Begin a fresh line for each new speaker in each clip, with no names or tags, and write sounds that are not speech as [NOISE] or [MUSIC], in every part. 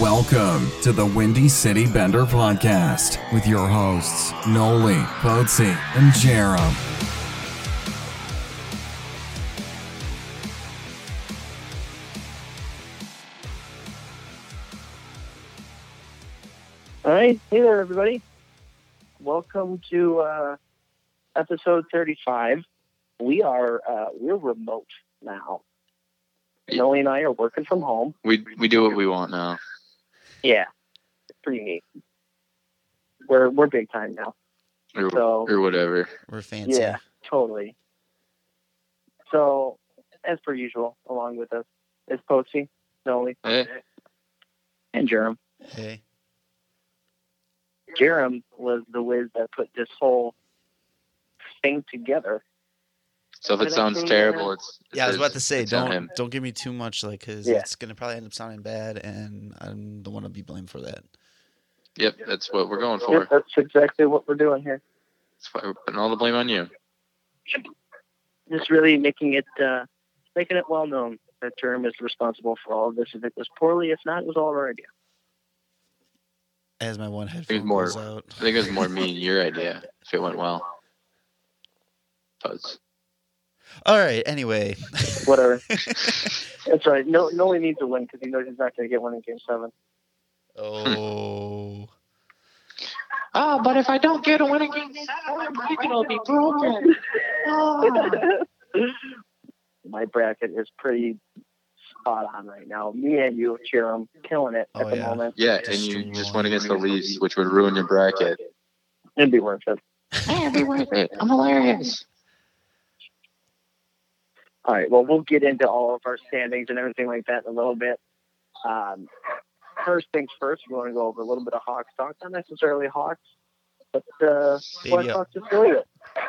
Welcome to the Windy City Bender podcast with your hosts, Noli, Boatsy, and Jerem.
All right. Hey there, everybody. Welcome to uh, episode 35. We are uh, we're remote now. Noli and I are working from home.
We we do what we want now.
Yeah, it's pretty neat. We're we're big time now.
Or,
So-
or whatever.
We're fancy.
Yeah, totally. So, as per usual, along with us is Posty, Noli,
Hey.
and Jerem.
Hey.
Jerem was the whiz that put this whole thing together.
So if
But
it
I
sounds
think,
terrible,
uh,
it's, it's
Yeah, I was about
his.
to say,
it's on
don't
him.
don't give me too much, like, cause
Yeah.
it's gonna probably end up sounding bad, and I'm the one to be blamed for that.
Yep, that's what we're going
Yep,
for.
that's exactly what we're doing here.
That's why we're putting all the blame on you.
Just really making it uh, making it well known that Jerem is responsible for all of this. If it was poorly, if not, it was all our idea.
As my one headphone
more-
goes out.
I think it was more me and your idea. If it went well, Buzz.
All right. Anyway, [LAUGHS]
Whatever. that's right. No, Noli needs a win because he knows he's not going to get one in Game Seven.
oh,
Oh, but if I don't get a winning game, my bracket will be broken. Oh.
My bracket is pretty spot on right now. Me and you, Jerem, killing it
Oh,
at the
yeah.
moment.
Yeah, and you just went against the Leafs, which would ruin your bracket.
It'd be worth it.
Hey, it'd be worth it. I'm hilarious.
All right. Well, we'll get into all of our standings and everything like that in a little bit. Um, first things first, we want to go over a little bit of Hawks talk. Not necessarily Hawks, but uh, Black
baby,
Hawks affiliate,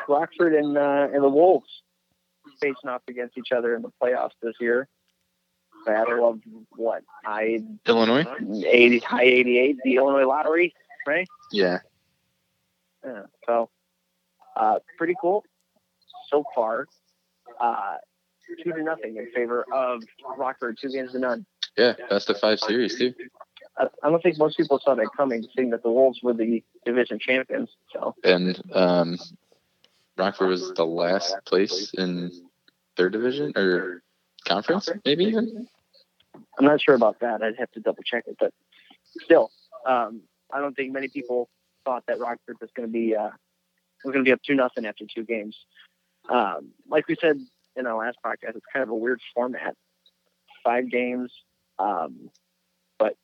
Rockford and uh, and the Wolves facing off against each other in the playoffs this year. Battle of what? I
Illinois.
eighty high eighty eight, the Illinois lottery.
Yeah,
Yeah, so uh, pretty cool so far. Uh, two to nothing in favor of Rockford, two games to none.
yeah. Best of five series too.
I, I don't think most people saw that coming, seeing that the Wolves were the division champions. So
And um, Rockford was the last place in third division or conference, maybe even.
I'm not sure about that. I'd have to double check it, but still, um, I don't think many people thought that Rockford was going to be uh, was going to be up two nothing after two games. Um, like we said in our last podcast, it's kind of a weird format, five games, um, but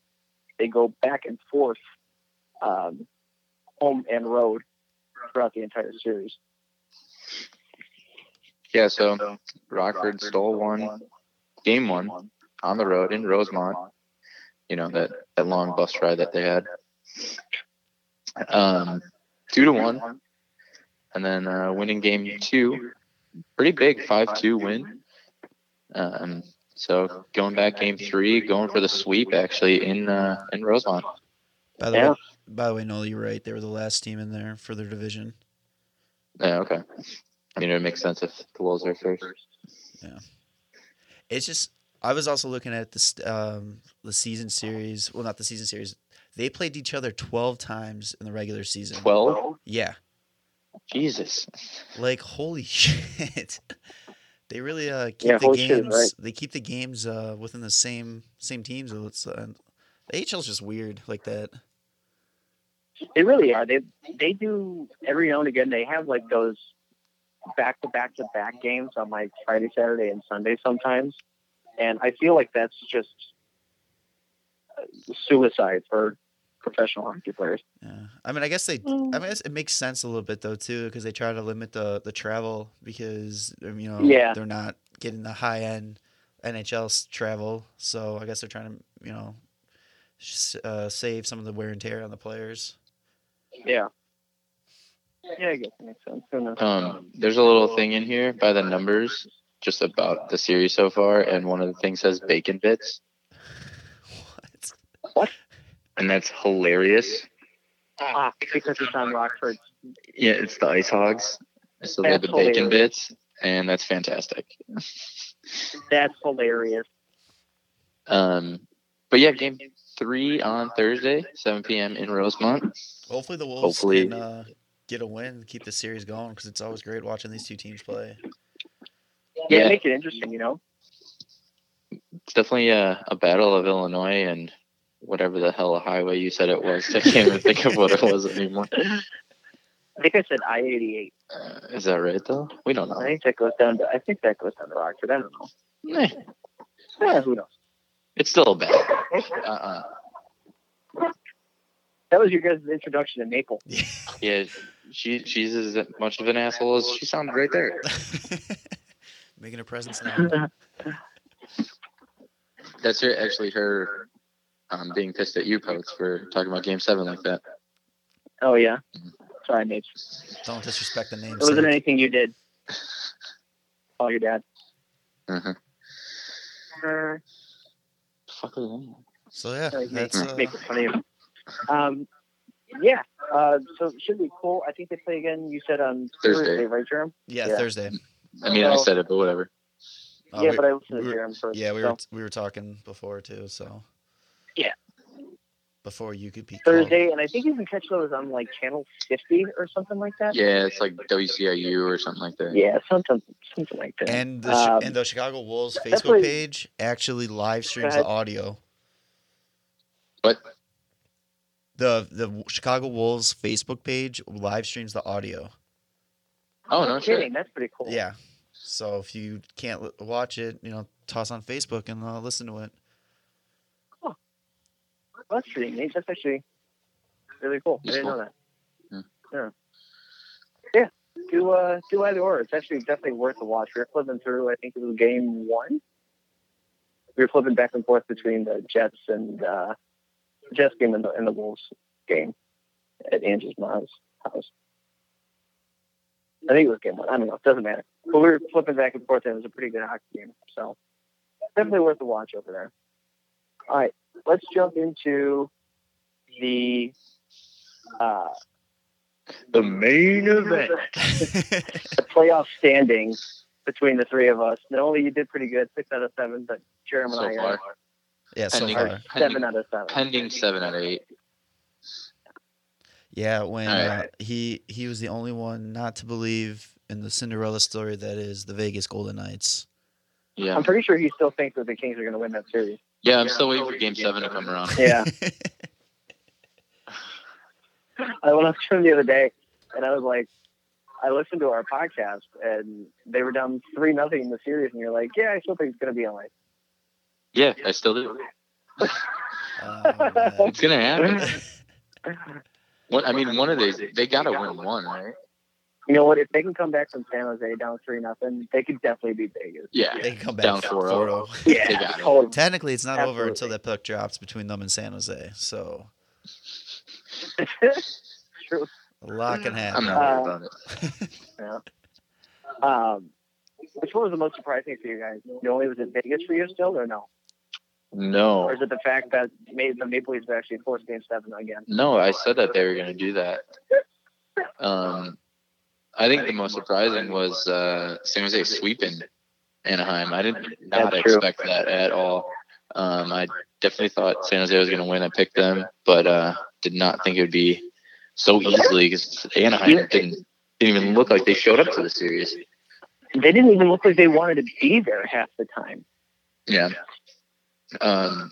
they go back and forth, um, home and road throughout the entire series.
Yeah. So Rockford stole one, game one, on the road in Rosemont. You know that that long bus ride that they had. Um, two to one, and then uh, winning game two, pretty big five two win. Um, so going back game three, going for the sweep actually in uh, in Rosemont.
by the
Yeah.
way, by the way, Noel, you're right. They were the last team in there for their division.
Yeah. Okay. I mean, it makes sense if the Wolves are first.
It's just I was also looking at this um, the season series. Well, not the season series. They played each other twelve times in the regular season.
Twelve.
Yeah.
Jesus.
Like holy [LAUGHS] shit! They really uh, keep
Yeah,
the
holy shit,
games.
right.
They keep the games uh, within the same same teams. so It's, uh, the AHL's just weird like that.
They really are. They they do every now and again. They have like those back to back to back games on like Friday, Saturday, and Sunday sometimes, and I feel like that's just uh, suicide for professional hockey players.
Yeah. I mean, I guess they.
Mm.
I mean, it makes sense a little bit though too, because they try to limit the the travel because um, you know
Yeah.
they're not getting the high end NHL s- travel. So I guess they're trying to you know s- uh, save some of the wear and tear on the players. [LAUGHS]
Yeah. Yeah, I guess it makes sense. Who knows?
Um, there's a little thing in here by the numbers, just about the series so far, and one of the things says bacon bits,
what?
and that's hilarious.
Ah, because it's on Rockford.
Yeah, it's the ice hogs. So they have the
That's
bacon
hilarious.
bits, and that's fantastic.
That's hilarious.
Um, But yeah, game three on Thursday, 7 p.m. in Rosemont.
Hopefully the Wolves
Hopefully-
can uh, get a win, keep the series going, because it's always great watching these two teams play. [LAUGHS]
Yeah,
Yeah.
make it interesting, you know.
It's definitely a, a battle of Illinois and whatever the hell highway you said it was. I can't even think of what it was
[LAUGHS]
anymore.
I think I said I eighty eight.
Uh, is that right though? We don't
I
know.
think that goes down to I think that goes down to Rockford. I don't know.
Eh,
Eh, who knows?
it's still a battle. Uh-uh.
That was your guys' introduction to Maple.
Yeah, she she's as much of an asshole as she sounded right there.
Making a presence now.
That's her, actually her um, being pissed at you, Poets, for talking about Game Seven like that.
Oh yeah.
Mm-hmm.
Sorry, Nate.
Don't disrespect the name.
It wasn't
sake.
anything you did. Call your dad.
Mm-hmm.
Uh-huh. Fuck is that?
So yeah,
Like, make,
that's uh,
make fun of you. Um, yeah. Uh, so it should be cool. I think they play again. You said on
Thursday.
Thursday, right, Jerem?
yeah,
yeah.
Thursday.
I mean, I
So-
said it, but whatever.
Uh,
yeah,
we-
but I listened
we
to
were-
Jerem first.
yeah, we
so
were we were talking before too. So
Yeah.
before you could be called-
Thursday, and I think you can catch those on like channel fifty or something like that.
Yeah, it's like WCIU or something like that.
Yeah, something, something like that.
And the Chi-
Um,
and the Chicago Wolves
that's
Facebook
what-
page actually live streams
ahead.
the audio.
But
The the Chicago Wolves Facebook page live streams the audio.
oh
no
no,
kidding.
shit.
That's pretty cool.
Yeah. So if you can't l- watch it, you know, toss on Facebook and uh, listen to it.
that's pretty neat. That's actually really cool. I
That's
didn't know
cool.
that. Yeah. Yeah. Do uh do either or. It's actually definitely worth a watch. We were flipping through. I think it was game one. We were flipping back and forth between the Jets and uh, the Jets game and the, and the Wolves game at Andrew's mom's house. I think it was game one. I don't know. It doesn't matter. But we were flipping back and forth, and it was a pretty good hockey game. So definitely worth a watch over there. All right, let's jump into the uh,
The main event.
the playoff standings between the three of us. Not only you did pretty good, six out of seven, but Jeremy
So
and I
far,
are,
[LAUGHS] yeah, so
Pending-
far.
seven out of seven.
pending seven out of eight.
Yeah, when uh,
Alright.
he he was the only one not to believe in the Cinderella story that is the Vegas
[LAUGHS]
Golden Knights.
Yeah,
I'm pretty sure he still thinks that the Kings are going to win that series.
yeah. I'm still waiting for Game Seven to come around.
[LAUGHS]
Yeah. I went up to him the other day, and I was like, I listened to our podcast, and they were down three nothing in the series, and you're like, yeah, I still think it's going to be LA.
Yeah, I still do.
Oh, man.
It's
[LAUGHS]
gonna happen. One, I mean, one of these, they gotta win one, right?
You know what? If they can come back from San Jose down three nothing, they could definitely beat Vegas.
Yeah,
they can come back oh.
Down oh.
4
4-0. They
Yeah,
got it.
totally.
Technically, it's not over until
Absolutely.
that puck drops between them and San Jose. So
[LAUGHS] True.
a lot can
I'm
happen.
not
Uh,
worried about it.
Um, which one was the most surprising for you guys? The only was it Vegas for you still, or no? Or
No,
is it the fact that made the Maple Leafs are actually forced game seven again?
no, I said that they were gonna do that. Um, I think the most surprising was uh, San Jose sweeping Anaheim. I did not
That's true.
expect that at all. Um, I definitely thought San Jose was gonna win. I picked them, but uh, did not think it would be so easily because Anaheim didn't didn't even look like they showed up to the series.
They didn't even look like they wanted to be there half the time.
Yeah. Um,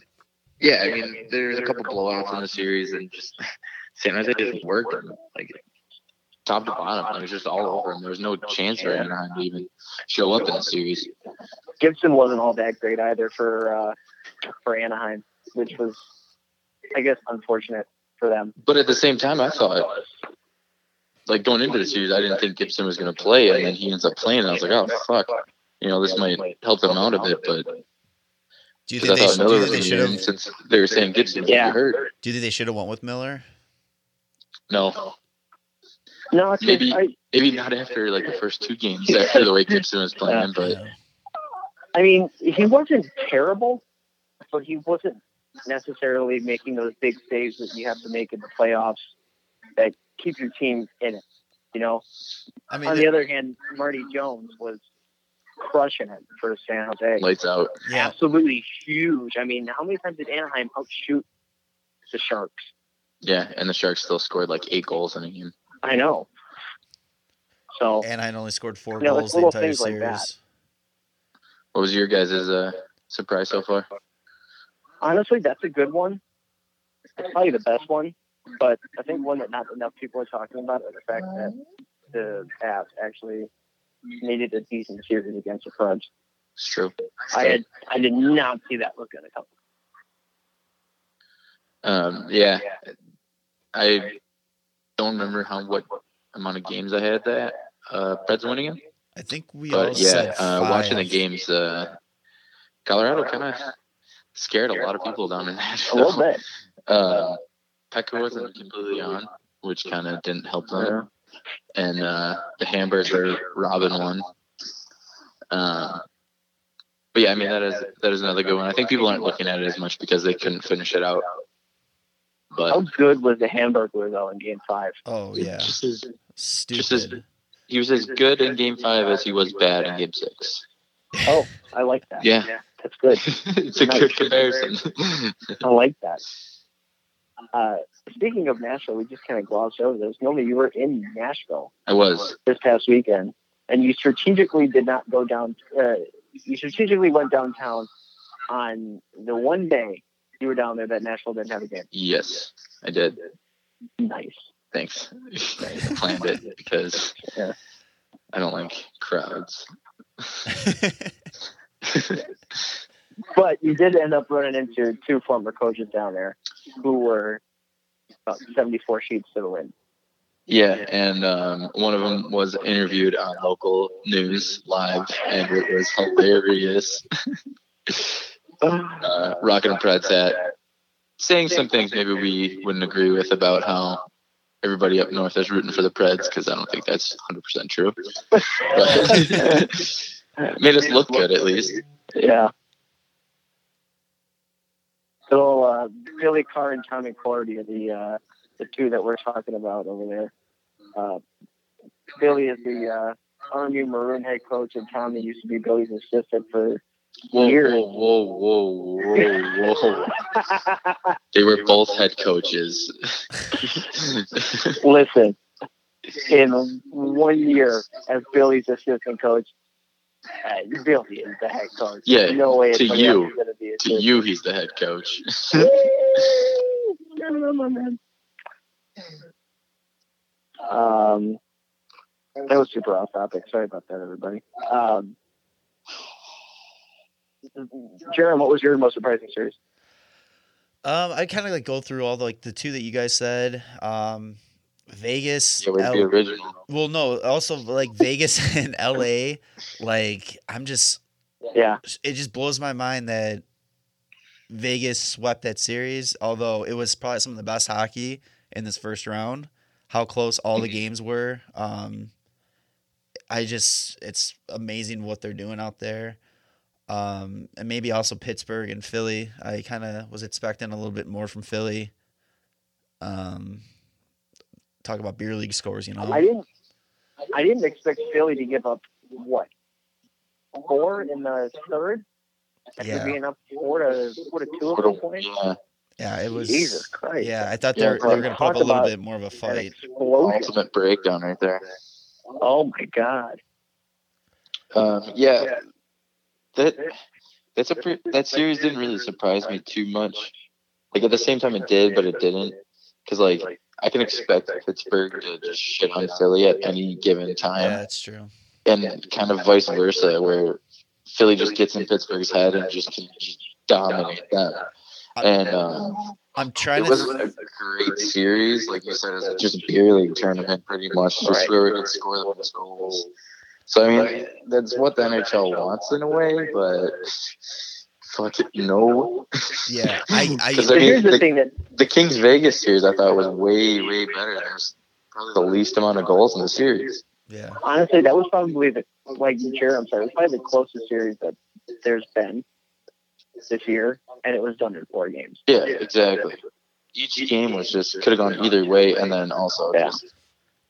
yeah, I mean, there's a couple blowouts in the series, and just [LAUGHS] San Jose just worked them, like top to bottom. Like, it was just all over, and there was no chance for Anaheim to even show up in the series.
Gibson wasn't all that great either for uh, for Anaheim, which was, I guess, unfortunate for them.
But at the same time, I thought, like going into the series, I didn't think Gibson was going to play, and then he ends up playing. And I was like, oh fuck, you know, this might help them out a bit, but
Do you
because I
think they,
thought
sh-
Miller
do you
was
think they
going to
should
be in
have?
since they were saying Gibson was
Yeah.
hurt.
Do you think they should have went with Miller?
No,
No, it's
Maybe-
I,
maybe not after like the first two games after the way Gibson was playing, but.
Yeah.
I mean, he wasn't terrible, but he wasn't necessarily making those big saves that you have to make in the playoffs that keep your team in it. You know,
I mean,
on
they-
the other hand, Marty Jones was crushing it for San Jose.
Lights out.
Yeah.
Absolutely huge. I mean, how many times did Anaheim outshoot the Sharks?
Yeah, and the Sharks still scored like eight goals in a game.
I know. So
And I only scored four
Yeah, like
goals the
little
entire
things like
series.
that.
What was your guys' uh, surprise so far?
honestly, that's a good one. It's probably the best one, but I think one that not enough people are talking about is the fact that the Avs actually needed a decent series against the Preds.
It's true.
I had I did not see that look at a couple.
Um, yeah, I don't remember how what amount of games I had that uh, Preds winning in,
I think we all
but yeah,
said
uh, watching the
five.
games, uh, Colorado kind of scared a lot of people down in
A
[LAUGHS]
little
Nashville.
bit.
Uh, Pekka wasn't completely on, which kind of didn't help them, and uh, the Hamburger Robin one. Uh, but yeah, I mean that is that is another good one. I think people aren't looking at it as much because they couldn't finish it out. But
How good was the Hamburger though in Game Five?
Oh yeah.
Just as,
Stupid.
as- he was as good in game five as he was bad in game six.
Oh, I like that.
Yeah,
that's good.
[LAUGHS] it's a good comparison. [LAUGHS]
I like that. Uh, speaking of Nashville, we just kind of glossed over this. Normally, you were in Nashville
I was.
this past weekend, and you strategically did not go down. Uh, you strategically went downtown on the one day you were down there that Nashville didn't have a game.
Yes, I did.
Nice.
Thanks. [LAUGHS] I planned it because
Yeah.
I don't like crowds.
But you did end up running into two former coaches down there who were about 74 sheets to the wind.
yeah, and um, one of them was interviewed on local news live, and it was hilarious. uh, Rocket and Pred's hat, saying some things maybe we wouldn't agree with about how everybody up north is rooting for the Preds because I don't think that's 100% true. But [LAUGHS] made us look good at least.
Yeah. So uh, Billy Carr and Tommy Cordy are the uh, the two that we're talking about over there. Uh, Billy is the uh, Army Maroon head coach, and Tommy used to be Billy's assistant for.
Whoa,
Here.
whoa, whoa, whoa, whoa. They were both head coaches. [LAUGHS]
Listen, in one year as Billy's assistant coach, uh, Billy is the head coach.
Yeah,
no way
to
anybody
you.
else is gonna be
to you, he's the head coach.
Um, that was super off topic. Sorry about that, everybody. Um, Jaron, what was your most surprising series?
Um, I kind of like go through all the, like the two that you guys said. Um, Vegas.
yeah, with the
L-
original.
well, no, also like Vegas [LAUGHS] and L.A. Like I'm just,
Yeah,
it just blows my mind that Vegas swept that series. Although it was probably some of the best hockey in this first round. How close all the games were. Um, I just, it's amazing what they're doing out there. Um, and maybe also Pittsburgh and Philly. I kind of was expecting a little bit more from Philly. Um, talk about beer league scores, you know.
I didn't. I didn't expect Philly to give up what four in the third after
Yeah.
being up four to four to two at one point.
Yeah,
yeah, it was.
Jesus Christ!
Yeah, I thought
Yeah,
they were, they were
bro,
going to put up
talk
a little
about
bit more of a
An
fight.
explosion.
ultimate breakdown right there.
Oh my God!
Um, yeah, that that's a pre- that series didn't really surprise me too much. Like at the same time, it did, but it didn't. Because like I can expect Pittsburgh to just shit on Philly at any given
Yeah,
time,
that's true.
and kind of vice versa, where Philly just gets in Pittsburgh's head and just can just dominate them. And um,
I'm
it
trying to.
wasn't a great series, like you said, it was just a beer league tournament, pretty much, just where we could score the most goals. So I mean, that's what the NHL wants in a way, but fuck it, no.
[LAUGHS] yeah, I,
[LAUGHS]
I,
'Cause
But
I mean,
[LAUGHS]
here's the
the-
thing that
The Kings Vegas series I thought was way way better. There's probably the least amount of goals in the series.
yeah,
honestly, that was probably the like Jared, I'm sorry, it was probably the closest series that there's been this year, and it was done in four games.
Yeah, exactly. Each game was just could have gone either way, and then also
Yeah.
just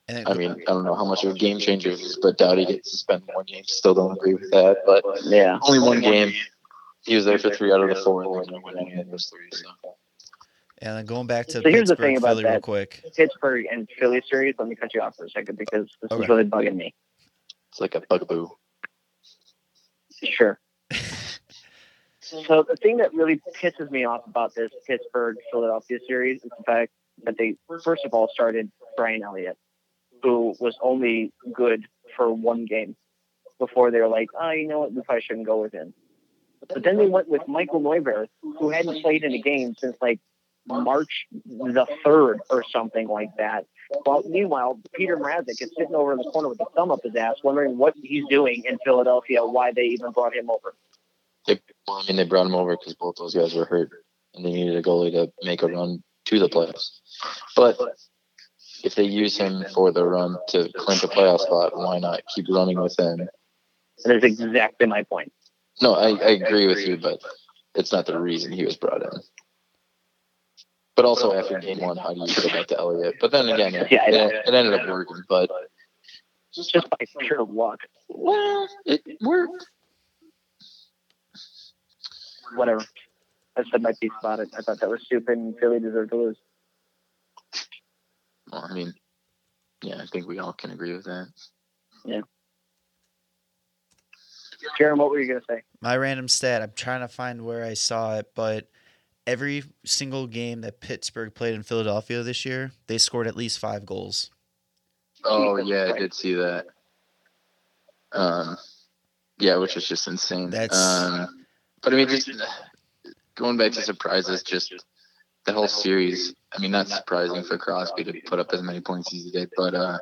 And it,
I mean, I don't know how much of a game changer it is, but Dowdy gets suspended one game. Still don't agree with that, but
Yeah.
only one game. He was there for three out of the four, and then went in those three. So.
and then going back to
So
Pittsburgh,
here's the thing about
Philly real
that.
quick.
Pittsburgh and Philly series. Let me cut you off for a second because this
Okay.
is really bugging me.
It's like a bugaboo.
Sure. [LAUGHS] so the thing that really pisses me off about this Pittsburgh Philadelphia series is the fact that they first of all started Brian Elliott, who was only good for one game before they were like, oh, you know what, we probably shouldn't go with him. But then they went with Michael Neuberth, who hadn't played in a game since like March the third or something like that. While meanwhile, Peter Mrazek is sitting over in the corner with a thumb up his ass, wondering what he's doing in Philadelphia, why they even brought him over.
They, well, I mean, they brought him over because both those guys were hurt, and they needed a goalie to make a run to the playoffs. But if they use him for the run to clinch a playoff spot, why not keep running with him?
And that's exactly my point.
No, I, I agree with you, but it's not the reason he was brought in. But also after game one, how do you feel about the Elliott? But then again,
[LAUGHS]
it,
Yeah, I know.
it, it ended up working. But
Just by pure luck,
well, it worked.
whatever. I said my piece about it. I thought that was stupid, and Philly deserved to lose.
Well, I mean, yeah, I think we all can agree with that.
Jeremy, what were you gonna say?
My random stat, I'm trying to find where I saw it, but every single game that Pittsburgh played in Philadelphia this year, they scored at least five goals.
Oh yeah, I did see that. Um, yeah, which is just insane.
That's-
um, but I mean, just going back to surprises, just the whole series. I mean, not surprising for Crosby to put up as many points as he did, but uh,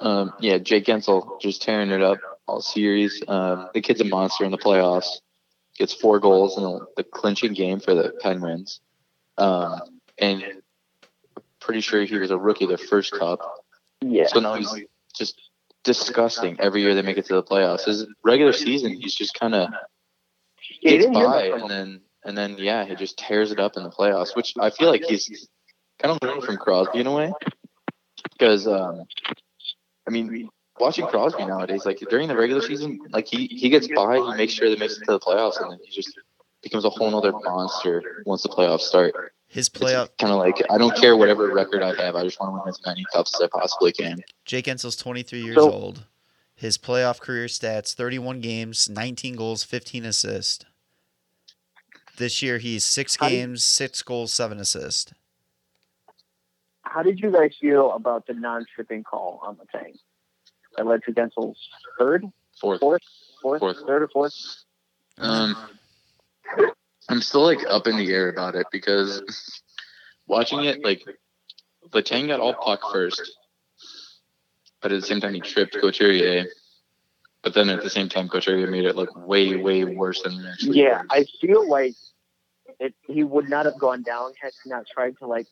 um, yeah, Jake Gensel just tearing it up all series. Um, the kid's a monster in the playoffs. Gets four goals in the, the clinching game for the Penguins, um, and pretty sure he was a rookie the first cup.
Yeah.
So now he's just disgusting every year they make it to the playoffs. His regular season, he's just kind of
you
gets
didn't hear
by,
much from
and then and then yeah, he just tears it up in the playoffs, which I feel like he's kind of learning from Crosby in a way. Because um, I mean, watching Crosby nowadays, like during the regular season, like he he gets by, he makes sure they makes it to the playoffs, and then he just becomes a whole other monster once the playoffs start.
His playoff,
Kind of like I don't care whatever record I have, I just want to win as many cups as I possibly can.
Jake Ensel's 23 years
So-
old. His playoff career stats 31 games, 19 goals, 15 assists. This year, he's six
How do you-
games, six goals, seven assists.
How did you guys feel about the non-tripping call on the tank that led to Gensel's third,
Fourth.
fourth, fourth,
Fourth.
third, or fourth?
Um, I'm still like up in the air about it because watching it, like Letang got all puck first, but at the same time he tripped Couturier. But then at the same time, Couturier made it look way, way worse than it actually.
Yeah,
was.
I feel like it, he would not have gone down had he not tried to like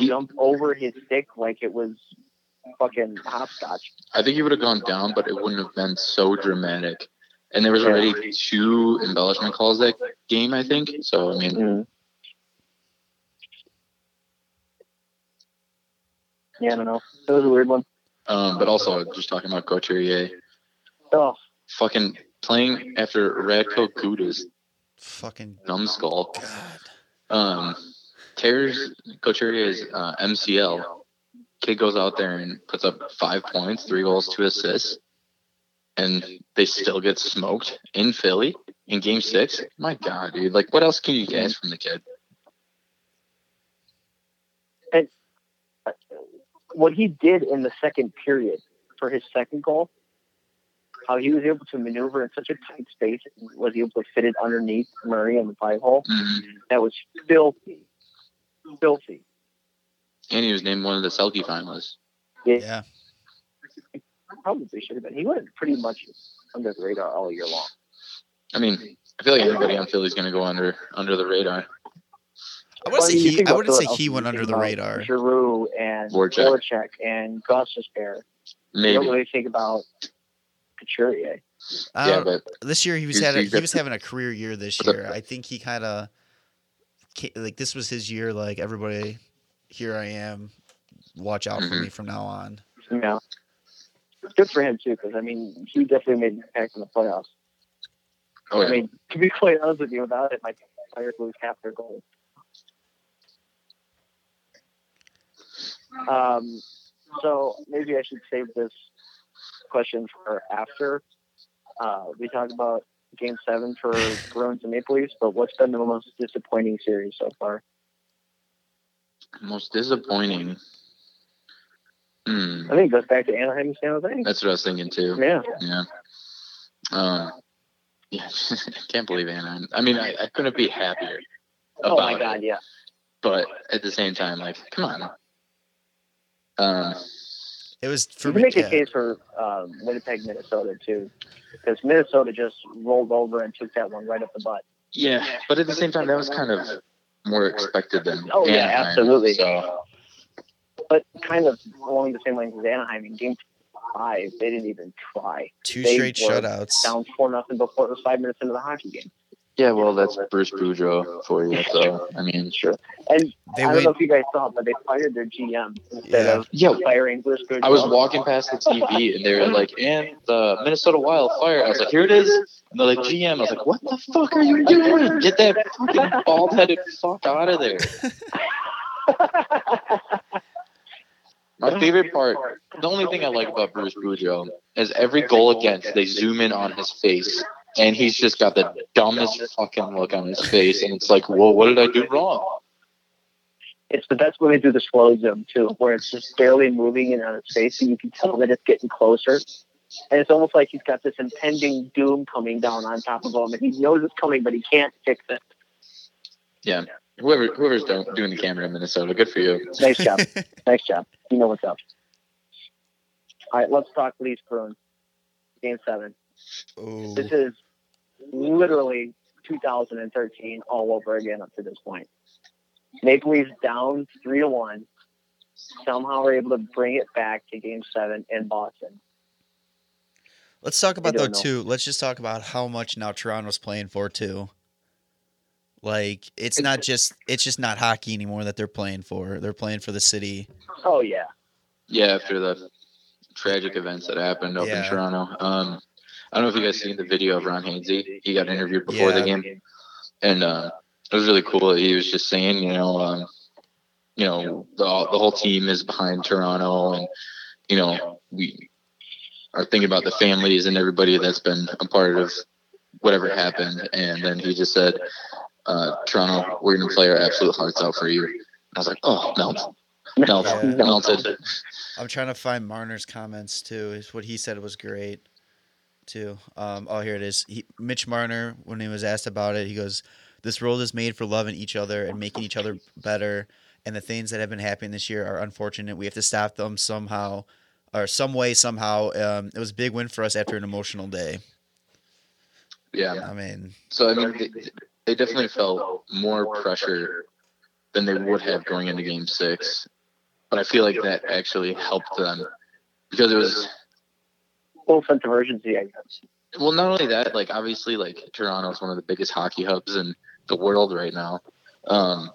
jump over his stick like it was fucking hopscotch.
I think he would have gone down, but it wouldn't have been so dramatic. And there was already two embellishment calls that game, I think. So I mean,
Yeah, I don't know. That was a weird one.
um, but also just talking about Couturier,
Oh,
fucking playing after Radko Gudas
Fucking
numbskull.
God.
Um, tears Couturier's uh, MCL. Kid goes out there and puts up five points, three goals, two assists, and they still get smoked in Philly in Game Six. My God, dude! Like, what else can you get from the kid?
what he did in the second period for his second goal, how he was able to maneuver in such a tight space, was able to fit it underneath Murray in the pie hole.
Mm-hmm.
That was filthy, filthy.
And he was named one of the Selkie finalists.
Yeah.
Probably should have been. He went pretty much under the radar all year long.
I mean, I feel like everybody on Philly's gonna go under under the radar.
I wouldn't,
Well,
say
you
he,
think
I
about
wouldn't say
Philadelphia,
he
you
went
think
under the
about
radar.
Giroux and
Voracek.
Voracek and Gosses there. You don't
Maybe,
really think about Couturier.
I
yeah,
don't-
but
Um, this year he was
You
had a,
see
he
that-
was having a career year this
What's
year. I think he kind of like this was his year. Like everybody, here I am. Watch out for
Mm-hmm.
Mhm.
me from now on.
Yeah. Good for him, too, because, I mean, he definitely made an impact in the playoffs.
Oh,
I
yeah.
mean, to be quite honest with you, without it, my players lose half their goals. Um, so maybe I should save this question for after uh, we talk about Game Seven for Bruins and Maple Leafs. But what's been the most disappointing series so far?
Most disappointing. Hmm.
I think it goes back to Anaheim and San Jose.
That's what I was thinking too.
Yeah,
Yeah. Um, yeah. [LAUGHS] I can't believe Anaheim. I mean, I, I couldn't be happier
Oh
about
my
it.
God, yeah.
But at the same time, like, come on. Um,
It was for
You can make
yeah.
a case for um, Winnipeg, Minnesota too, because Minnesota just rolled over and took that one right up the butt.
yeah, but at the same time, that was kind of more expected than
Oh, yeah,
Anaheim,
absolutely.
So
but kind of along the same lines as Anaheim in game five, they didn't even try.
two
they
straight
were
shutouts.
Down four nothing before it was five minutes into the hockey game.
yeah, well, that's Bruce Boudreaux for you. So I mean, sure.
And
They
I don't
wait.
know if you guys saw, but they fired their GM instead
Yeah.
of
Yeah,
firing Bruce Boudreaux.
I was walking past the TV and they were like, and the Minnesota Wildfire. I was like, here it is. And they're like, GM. I was like, what the fuck are you doing? Get that fucking bald headed fuck out of there. My favorite part, the only thing I like about Bruce Boudreaux is every goal against, they zoom in on his face. And he's just got the dumbest fucking look on his face. And it's like, whoa, what did I do wrong?
It's but that's when they do the slow zoom too, where it's just barely moving in on its face, so you can tell that it's getting closer. And it's almost like he's got this impending doom coming down on top of him, and he knows it's coming, but he can't fix it.
Whoever, whoever's do- doing the camera in Minnesota, good for you.
Nice job. nice job. You know what's up. All right, let's talk Leafs Bruins. Game seven.
Ooh.
This is literally 2013 all over again up to this point. Maple Leafs down three to one. Somehow we're able to bring it back to game seven in Boston.
Let's talk about though
don't know.
too. Let's just talk about how much now Toronto's playing for too. Like it's not just it's just not hockey anymore that they're playing for. They're playing for the city.
Oh yeah.
Yeah, after the tragic events that happened up
Yeah.
in Toronto. Um, I don't know if you guys seen the video of Ron Hainsey. He got interviewed before the
Yeah.
game, and uh, it was really cool. He was just saying, you know, um, you know, the the whole team is behind Toronto, and you know, we are thinking about the families and everybody that's been a part of whatever happened. And then he just said, uh, Toronto, we're gonna play our absolute hearts out for you. And I was like, oh, melt, melt,
Yeah.
melted.
I'm trying to find Marner's comments too. It's What he said was great too. Um, oh, here it is. He, Mitch Marner, when he was asked about it, he goes, "This world is made for loving each other and making each other better. And the things that have been happening this year are unfortunate. We have to stop them somehow, or some way, somehow. Um, it was a big win for us after an emotional day.
Yeah.
I mean,
So I mean, they, they definitely felt more pressure than they would have going into Game Six, but I feel like that actually helped them because it was
Full sense of urgency, I guess.
well not only that like obviously like Toronto is one of the biggest hockey hubs in the world right now, um,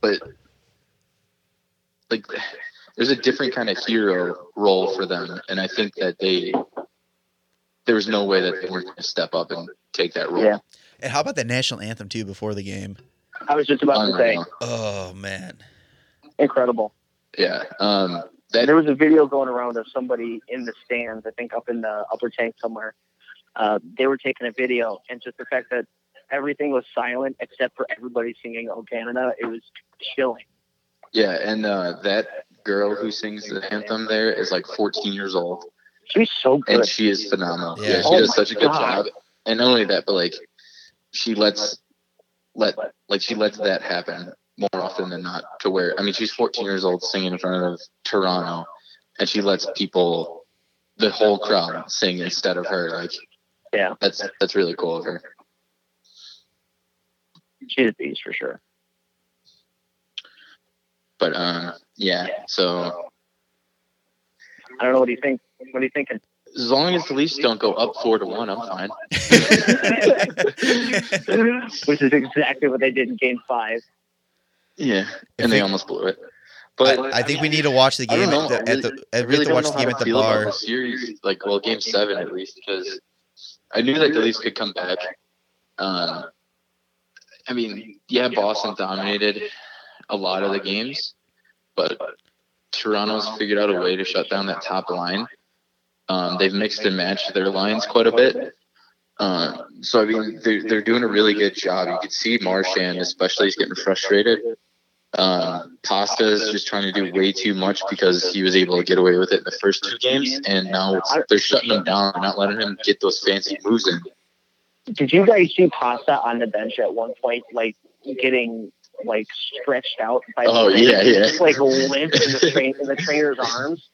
but like there's a different kind of hero role for them, and I think that they there was no way that they weren't going to step up and take that role.
Yeah.
and how about the national anthem too before the game?
I was just about to say,
Unreal.
Oh man, [LAUGHS]
incredible.
Yeah. Um, that
there was a video going around of somebody in the stands, I think up in the upper tank somewhere. Uh, they were taking a video, and just the fact that everything was silent except for everybody singing "Oh Canada," it was chilling.
Yeah, and uh, that girl who sings the anthem there is like 14 years old,
She's so good.
and she is phenomenal.
Yeah.
Yeah,
Oh
she does
my
such a good
God.
job. And not only that, but like she lets let like she lets that happen more often than not. To where I mean, she's 14 years old singing in front of Toronto, and she lets people, the whole crowd, sing instead of her. Like,
Yeah.
that's that's really cool of her.
She's a beast for sure.
But um, yeah. So
I don't know what do you think. What are you
[LAUGHS]
thinking?
as long as the Leafs don't go up four to one, I'm fine.
Which is exactly what they did in Game Five.
Yeah,
If
and they
they-
almost blew it. But
I think we need to watch the
I don't
game at
know.
the,
I
at the
really-
we
I
have
really
to
don't
watch
know how
the game
to
at the
feel about
bar.
the series, like well, game seven at least, because I knew that the Leafs could come back. Uh, I mean, yeah, Boston dominated a lot of the games, but Toronto's figured out a way to shut down that top line. Um, they've mixed and matched their lines quite a bit. Uh, so I mean, they're they're doing a really good job. You can see Marchand, especially, is getting frustrated. Um, Pasta is just trying to do way too much because he was able to get away with it in the first two games, and now it's, they're shutting him down, They're not letting him get those fancy moves in.
Did you guys see Pasta on the bench at one point, like getting like stretched out by?
Oh,
the train?
yeah, yeah.
Just, like limp in the train in the trainer's arms.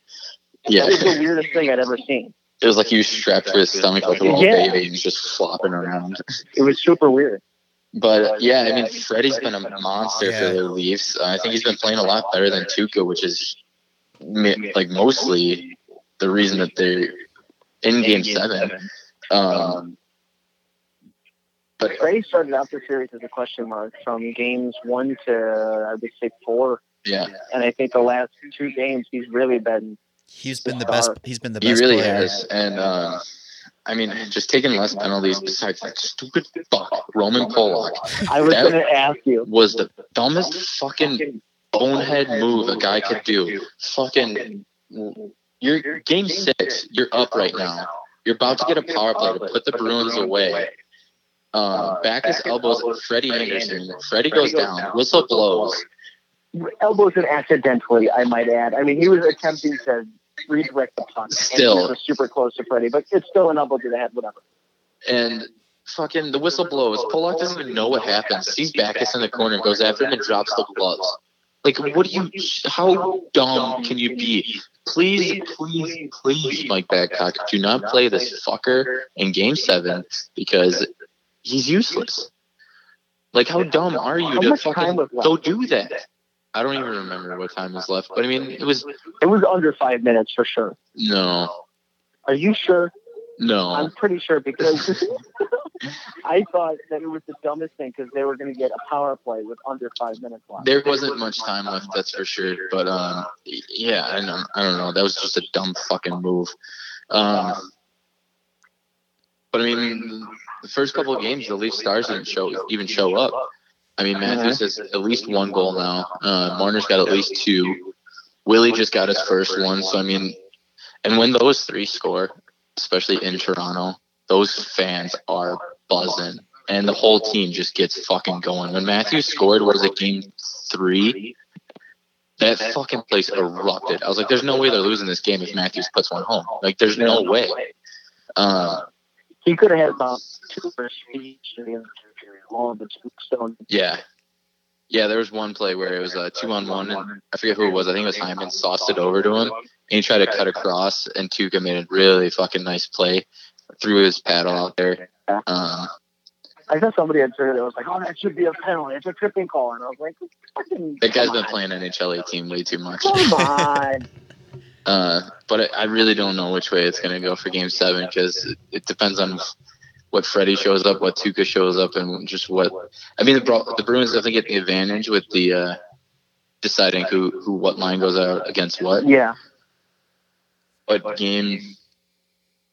Yeah, [LAUGHS]
That was the weirdest thing I'd ever seen.
it was like he was strapped to his stomach like a little
Yeah.
baby and he's just flopping around.
It was super weird.
But yeah, I mean, Freddie's been a monster
Yeah.
for the Leafs. Uh, I think he's been playing a lot better than Tuca, which is mi- like mostly the reason that they're in Game Seven. Um, but
Freddie started out the series as a question mark from games one to I would say four,
yeah,
and I think the last two games he's really been
He's been the best. He's been the best.
he really
player.
has. And uh, I mean, just taking less penalties. Besides that stupid fuck, Roman Polak
I was
That-
going to ask you.
was the dumbest fucking bonehead move a guy could do. Fucking, you're game six. You're up right now. You're about to get a power play to put the Bruins away. Um, back his elbows at Freddie Anderson. Freddie goes down. Whistle blows.
Elbows and accidentally, I might add. I mean, he was attempting to redirect the puck. and
Still.
he was super close to Freddie, but it's still an elbow to the head, whatever.
And fucking the whistle blows. Pollock doesn't even know what happened. Sees Backus in the corner, goes after him, and drops the gloves. Like, what do you? How dumb can you be? Please, please, please, Mike Babcock, do not play this fucker in Game Seven because he's useless. Like, how dumb are you
How
to
much time
fucking
was left?
go do that? I don't even remember what time was left, but I mean, it was
It was under five minutes for sure.
no,
Are you sure? I'm
no.
pretty sure because [LAUGHS] I thought that it was the dumbest thing because they were going to get a power play with under five minutes left.
There wasn't much time left, that's for sure. But um, yeah, I don't, I don't know. That was just a dumb fucking move. Um, but I mean, the first couple of games, the Leafs stars didn't show even show up. I mean, Matthews has at least one goal now. Uh, Marner's got at least two. Willie just got his first one. So I mean, and when those three score, especially in Toronto, those fans are buzzing, and the whole team just gets fucking going. When Matthews scored, what was it, game three? That fucking place erupted. I was like, "There's no way they're losing this game if Matthews puts one home. Like, there's no way." Uh,
He could have had about two first speech in the other period, all of the tombstone.
yeah, yeah. There was one play where it was a two on one, and I forget who it was. I think it was Hyman sauced it over to him, and he tried to cut across, and Tuca made a really fucking nice play, threw his paddle out there. Uh,
I thought somebody had said it was like, oh, that should be a penalty. It's a tripping call. And I was like, fucking.
that guy's
come
been
on.
playing NHL 18 way too much.
Come on. [LAUGHS]
Uh, but I I really don't know which way it's going to go for Game Seven because it, it depends on what Freddie shows up, what Tuca shows up, and just what. I mean, the, Bru- the Bruins definitely get the advantage with the uh, deciding who who what line goes out against what.
yeah.
But Game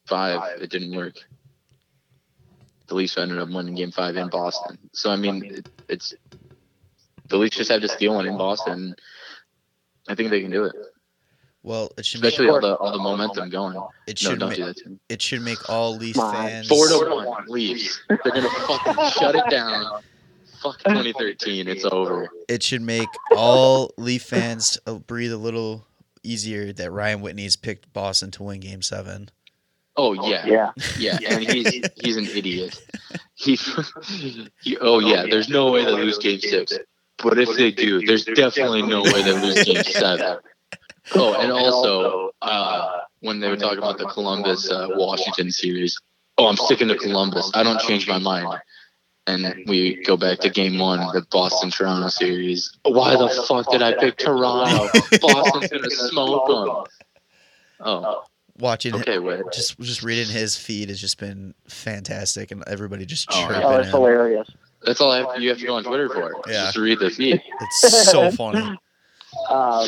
Five, it didn't work. The Leafs ended up winning Game Five in Boston. So I mean, it, it's the Leafs just have to steal one in Boston. I think they can do it,
Well, it should make
especially all the all the momentum going.
it
No,
should
don't
make,
do that to me.
it should make all Leafs
Come on.
fans.
Four to one leaves. They're gonna fucking shut it down. [LAUGHS] Fuck 2013. It's over.
It should make all Leaf fans uh, breathe a little easier that Ryan Whitney's picked Boston to win Game Seven.
Oh yeah,
Yeah.
yeah. And he's he's an idiot. He, [LAUGHS] he oh yeah. There's no way they lose game six. But if they do, there's definitely no way they lose [LAUGHS] game seven. Oh, and also uh, when they were talking about the Columbus uh, Washington series. Oh, I'm sticking to Columbus. I don't change my mind. and we go back to game one, the Boston Toronto series. Why the fuck did I pick [LAUGHS] Toronto? Boston's gonna smoke them. Oh,
Watching it,
okay, wait.
just just reading his feed has just been fantastic, and everybody just
Oh, yeah.
chirping.
Oh, it's
him.
hilarious.
That's all I have, you have to go on Twitter for.
[LAUGHS]
Yeah.
Just to read the feed.
It's so funny.
Um,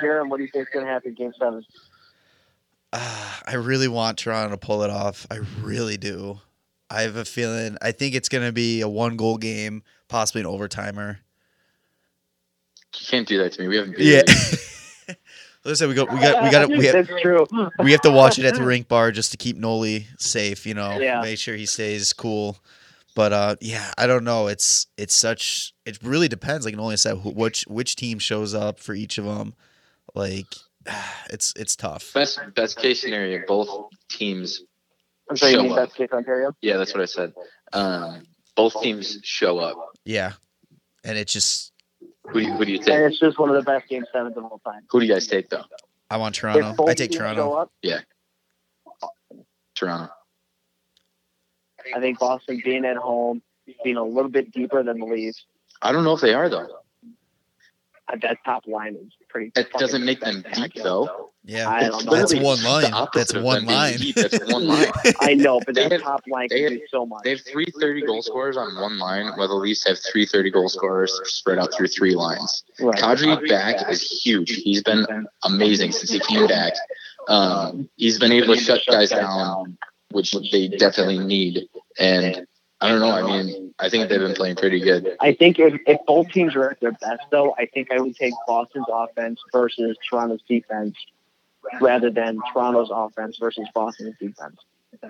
Jaron, what do you think's going to happen in Game Seven?
Ah, I really want Toronto to pull it off. I really do. I have a feeling. I think it's going to be a one goal game, possibly an overtimer.
You can't do that to me. We haven't beat
Yeah.
you.
Listen, we go. We got. We got. We have,
That's true.
we have to watch
[LAUGHS]
it at the rink bar just to keep Noli safe. You know,
Yeah.
make sure he stays cool. But uh, yeah, I don't know. It's it's such. It really depends. Like Noli said, who, which which team shows up for each of them. Like, [SIGHS] it's it's tough.
Best best case scenario, both teams.
I'm sorry, you
Show
mean
up.
best case Ontario?
Yeah, that's what I said. Um, both teams show up.
Yeah, and it just.
Who do you, who do you
And
take?
it's just one of the best Game Sevens of all time.
Who do you guys take though?
I want
If
Toronto.
both
I take
teams
Toronto.
show up,
Toronto.
I think Boston being at home, being a little bit deeper than the Leafs,
I don't know if they are though.
uh, that top line is pretty.
That
fucking
doesn't make them deep though.
Yeah,
I
It's
don't know.
that's
literally
one
the
line.
opposite
Oh, That's
of
one
them being
line.
deep. [LAUGHS] That's
[LAUGHS]
one line.
I know, but
[LAUGHS] They
that
have-
top line
they
can
have-
do so much.
They have three 30 goal scorers on one line, while the Leafs have three 30 goal scorers spread out through three lines.
Right.
Kadri back is huge. He's been amazing since he came back. Um, he's been able to shut guys down, which they definitely need. And I don't know. I mean, I think they've been playing pretty good.
I think if, if both teams were at their best, though, I think I would take Boston's offense versus Toronto's defense rather than Toronto's offense versus Boston's defense,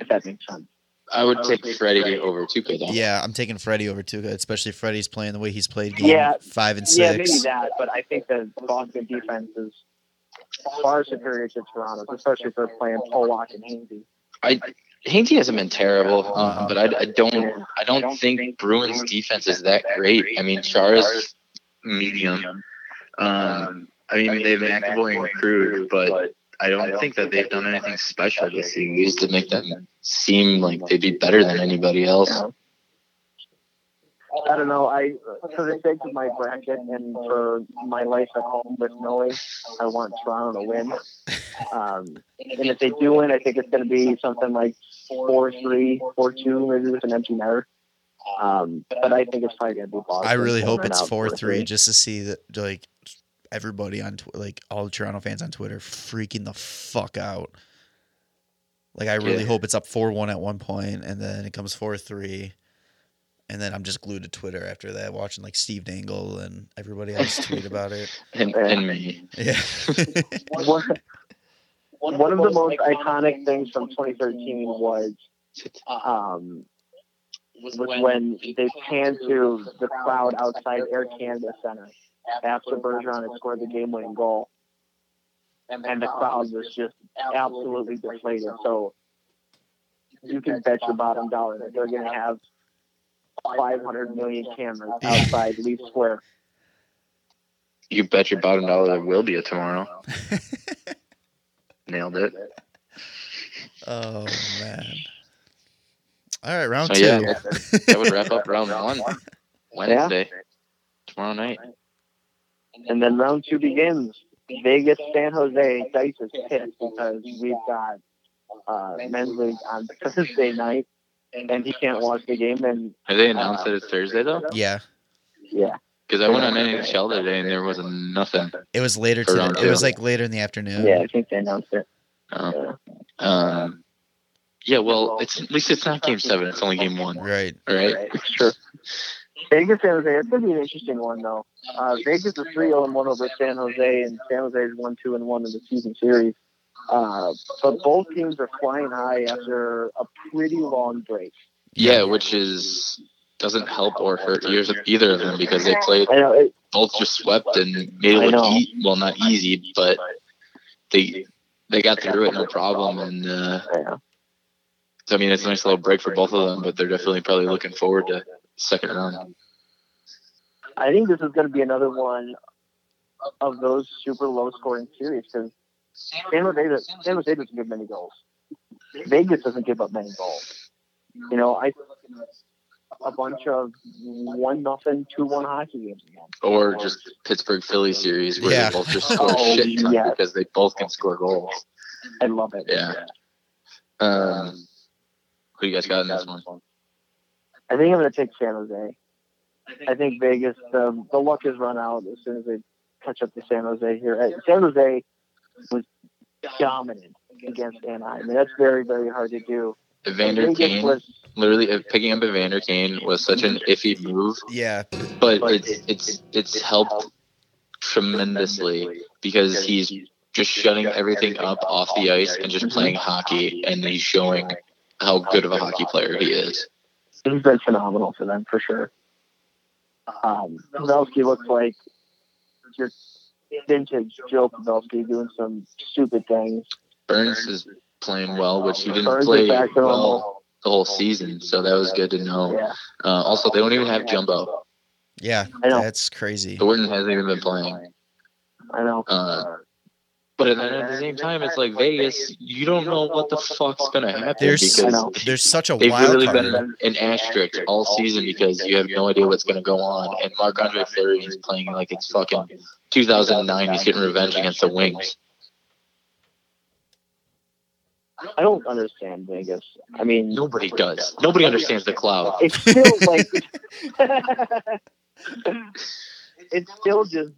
if that makes sense.
I would take Freddie over Tuca though.
Yeah, I'm taking Freddie over Tuca, especially if Freddie's playing the way he's played game
Yeah.
five and
Yeah, maybe
six.
that, but I think the Boston defense is far superior to Toronto's, especially if they're playing Pollock and Hainsey.
Hainsey hasn't been terrible, um, but I, I don't. I don't think Bruins defense is that great. I mean, Chara's medium. Um, I mean, they've been McAvoy and Krug, but I don't think that they've done anything special this series to make them seem like they'd be better than anybody else.
I don't know. I for the sake of my bracket and for my life at home with Noe, I want Toronto to win. Um, and if they do win, I think it's going to be something like 4-3, 4-2, maybe with an empty net. Um, but I think it's probably going to be Boston.
I really hope
pulling
it's
out
four three just to see that like everybody on tw- like all the Toronto fans on Twitter freaking the fuck out. Like I really
Yeah.
hope it's up four one at one point and then it comes four three. And then I'm just glued to Twitter after that, watching like Steve Dangle and everybody else
[LAUGHS]
tweet about it.
And, and me,
Yeah. [LAUGHS]
One, one of the most iconic things from 2013 was um, was when they panned to the crowd outside Air Canada Center after Bergeron had scored the game-winning goal, and the crowd was just absolutely deflated. So you can bet your bottom dollar that they're going to have 500 million
[LAUGHS]
cameras outside Leaf Square.
you bet your bottom dollar there will be a tomorrow. Nailed it.
oh man. All right, round
So
two.
Oh, yeah, that, that would wrap up round one
[LAUGHS]
Wednesday, tomorrow night.
And then round two begins. Vegas, San Jose, Dice is pissed because we've got uh, men's league on Thursday night, and he can't watch the game. And
Have they announced that it's Thursday though?
[LAUGHS] yeah.
yeah,
Because I went on NHL today and there was nothing.
It was later
For
today.
round
It was
two.
like later in the afternoon.
yeah, I think they announced it.
Oh. Um, yeah, well, it's at least it's not game seven. It's only game one,
Right.
right?
[LAUGHS] Sure. Vegas, San Jose. It's gonna be an interesting one though. Uh, Vegas is three zero and one over San Jose, and San Jose is one two and one in the season series. Uh, but both teams are flying high after a pretty long break.
Yeah, which is doesn't help or hurt either either of them because they played
I know it,
both just swept and made it
I
look
know.
e- well not easy, but they they got through it no problem. And uh,
I know.
so, I mean, it's a nice little break for both of them, but they're definitely probably looking forward to second round.
I think this is going to be another one of those super low scoring series because San Jose, San Jose doesn't give many goals. Vegas doesn't give up many goals. You know, I a bunch of one nothing, two one hockey games again.
Or just Pittsburgh Philly series where
Yeah.
they both just score
Oh,
shit ton
yes.
because they both can score goals.
I love it.
Yeah. Um, who you guys got in this one?
I think I'm going to take San Jose. I think Vegas, the, the luck has run out as soon as they catch up to San Jose here. Uh, San Jose was dominant against Anaheim. I mean, that's very, very hard to do.
Evander
Vegas
Kane,
was-
literally uh, picking up Evander Kane was such an iffy move,
Yeah,
but it's it's it's helped tremendously because he's just shutting everything up off the ice and just playing hockey, and he's showing how good of a hockey player he is.
he's been phenomenal for them for sure. Um, Pavelski looks like just vintage Joe Pavelski doing some stupid things.
Burns is playing well, which he didn't
Burns
play
is back to
well
normal.
the whole season, so that was good to know.
Yeah,
Uh, also, they don't even have Jumbo.
yeah,
I know.
that's crazy.
Thornton hasn't even been playing.
I know.
Uh, but then at the same time, it's like Vegas. You don't know what the fuck's gonna happen
There's
I
because
know.
there's such a
They've
wild
literally
card.
been an asterisk all season because you have no idea what's going to go on. And Marc Andre Fleury is playing like it's fucking 2009. He's getting revenge against the Wings.
I don't understand Vegas. I mean,
Nobody does. Nobody understands the cloud.
it's still like [LAUGHS] it still just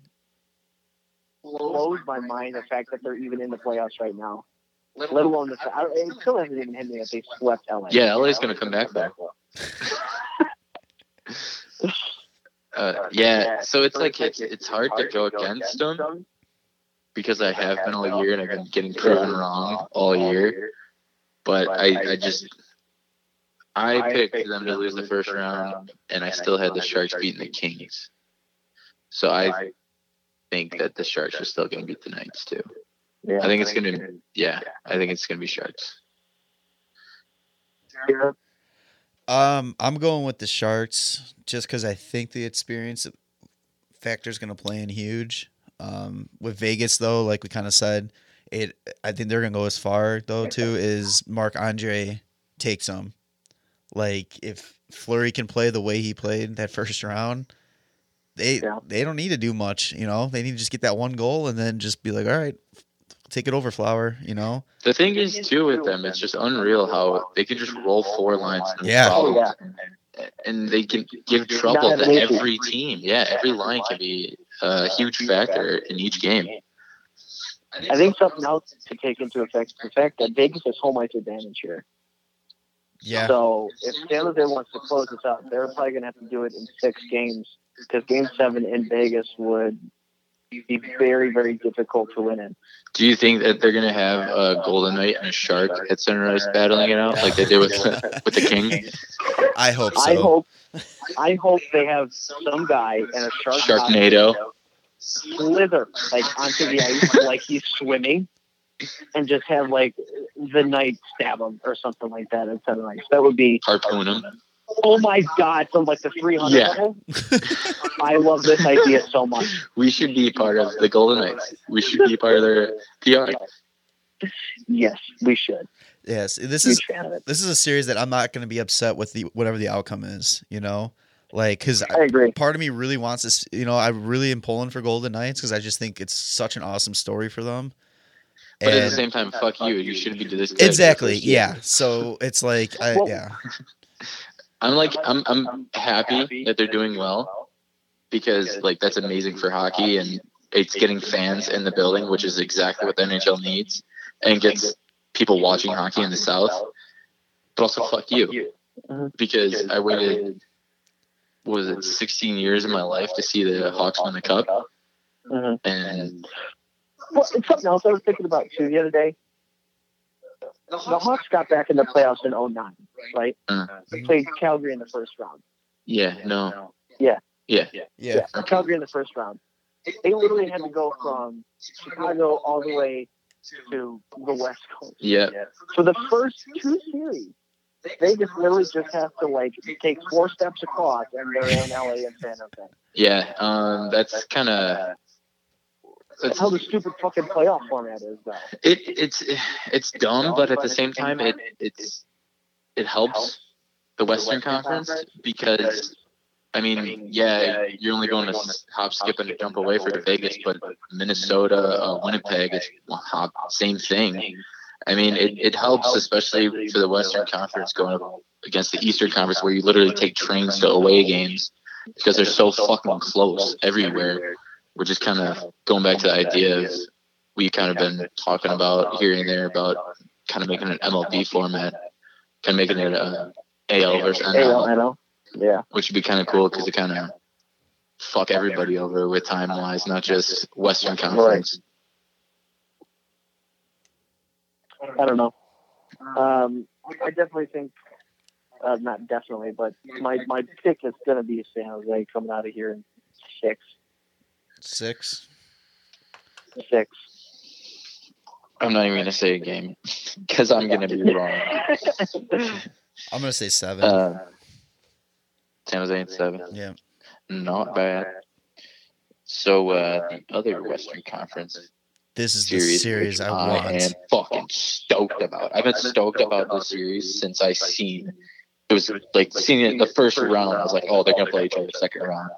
blows my mind the fact that they're even in the playoffs right now. Let alone the fact I- it still hasn't even hit me that they swept LA.
Yeah, LA's going to come back though. Uh, yeah, so it's like it's it's hard to go against them because I have been all year and I've been getting proven wrong all year. But I, I just I picked them to lose the first round, and I still had the Sharks beating the Kings. So I think that the Sharks are still going to beat the Knights too.
Yeah.
I think it's going to yeah, I think it's going to be Sharks.
Yeah.
Um, I'm going with the Sharks just because I think the experience factor is going to play in huge. Um, with Vegas though, like we kind of said, it I think they're going to go as far though too is Mark Andre takes them. Like if Flurry can play the way he played that first round, they
Yeah.
they don't need to do much. You know, they need to just get that one goal and then just be like, all right, take it over, Flower. You know,
The thing is too with them, it's just unreal how they can just roll four lines. and
Yeah.
Oh, yeah.
problems, and they can give trouble
Not
to
an issue.
every team. Yeah, every line can be a huge factor in each game.
I think something else to take into effect is the fact that Vegas has home ice advantage here.
yeah,
So if San Jose wants to close this out, they're probably going to have to do it in six games because Game Seven in Vegas would be very, very difficult to win in.
Do you think that they're gonna have a Golden Knight and a Shark at Center Ice battling it out like they did with with the King?
I hope so.
I hope, I hope they have some guy in a shark costume
Sharknado.
slither like onto the ice like he's swimming, and just have like the knight stab him or something like that at center ice. That would be
Harpoon them.
oh my god from like the three hundred
Yeah.
level. I love this idea so much.
We should be part of the Golden Knights. We should be part of their PR.
Yes, we should.
yes, this is
Huge fan of it.
this is a series that I'm not going to be upset with the whatever the outcome is, you know, like because
I agree.
part of me really wants this, you know, I really am pulling for Golden Knights because I just think it's such an awesome story for them.
But at the
And-
same time, fuck you. You shouldn't be doing this.
exactly, yeah. So it's like, I,
Well-
yeah,
I'm like, I'm I'm happy that they're doing well because like that's amazing for hockey and it's getting fans in the building, which is exactly what the NHL needs, and gets people watching hockey in the South. But also, fuck you because I waited what was it 16 years of my life to see the Hawks win the cup,
Mhm.
and
Well, it's something else I was thinking about too the other day. The Hawks got back in the playoffs in 09, right?
Mm.
They played Calgary in the first round.
yeah, no,
yeah,
Calgary in the first round. They literally had to go from Chicago all the way to the West Coast.
yeah,
For the first two series, they just literally just have to like take four steps across and they're in LA and San Jose.
yeah. Um, that's kind of
That's
it's
how the stupid fucking playoff format is, though.
it, it's it's dumb, but at the same time, it it's it helps the Western Conference because I mean, yeah, you're only going to s- hop, skip, and a jump away for Vegas, but Minnesota, uh, Winnipeg, it's hop, same thing. I mean, it, it helps especially for the Western Conference going up against the Eastern Conference, where you literally take trains to away games because they're so fucking close everywhere. we're just kind of going back to the idea of we kind of been talking about here and there about kind of making an MLB format, kind of making it uh, a AL versus
AL,
NL,
NL. Yeah.
which would be kind of cool because it kind of fuck everybody over with time wise, not just Western Conference.
I don't know. Um, I definitely think, uh, not definitely, but my my pick is gonna be San Jose coming out of here in six,
Six.
six.
I'm not even gonna say a game [LAUGHS] because I'm gonna be wrong.
I'm gonna say seven.
Uh, San Jose in seven.
yeah.
Not bad. So uh, the other Western Conference
This is the
series,
series
which
I want.
am fucking stoked about. I've been stoked about this series since I seen it was like seeing it the first round. I was like, oh, they're gonna play each other the second round,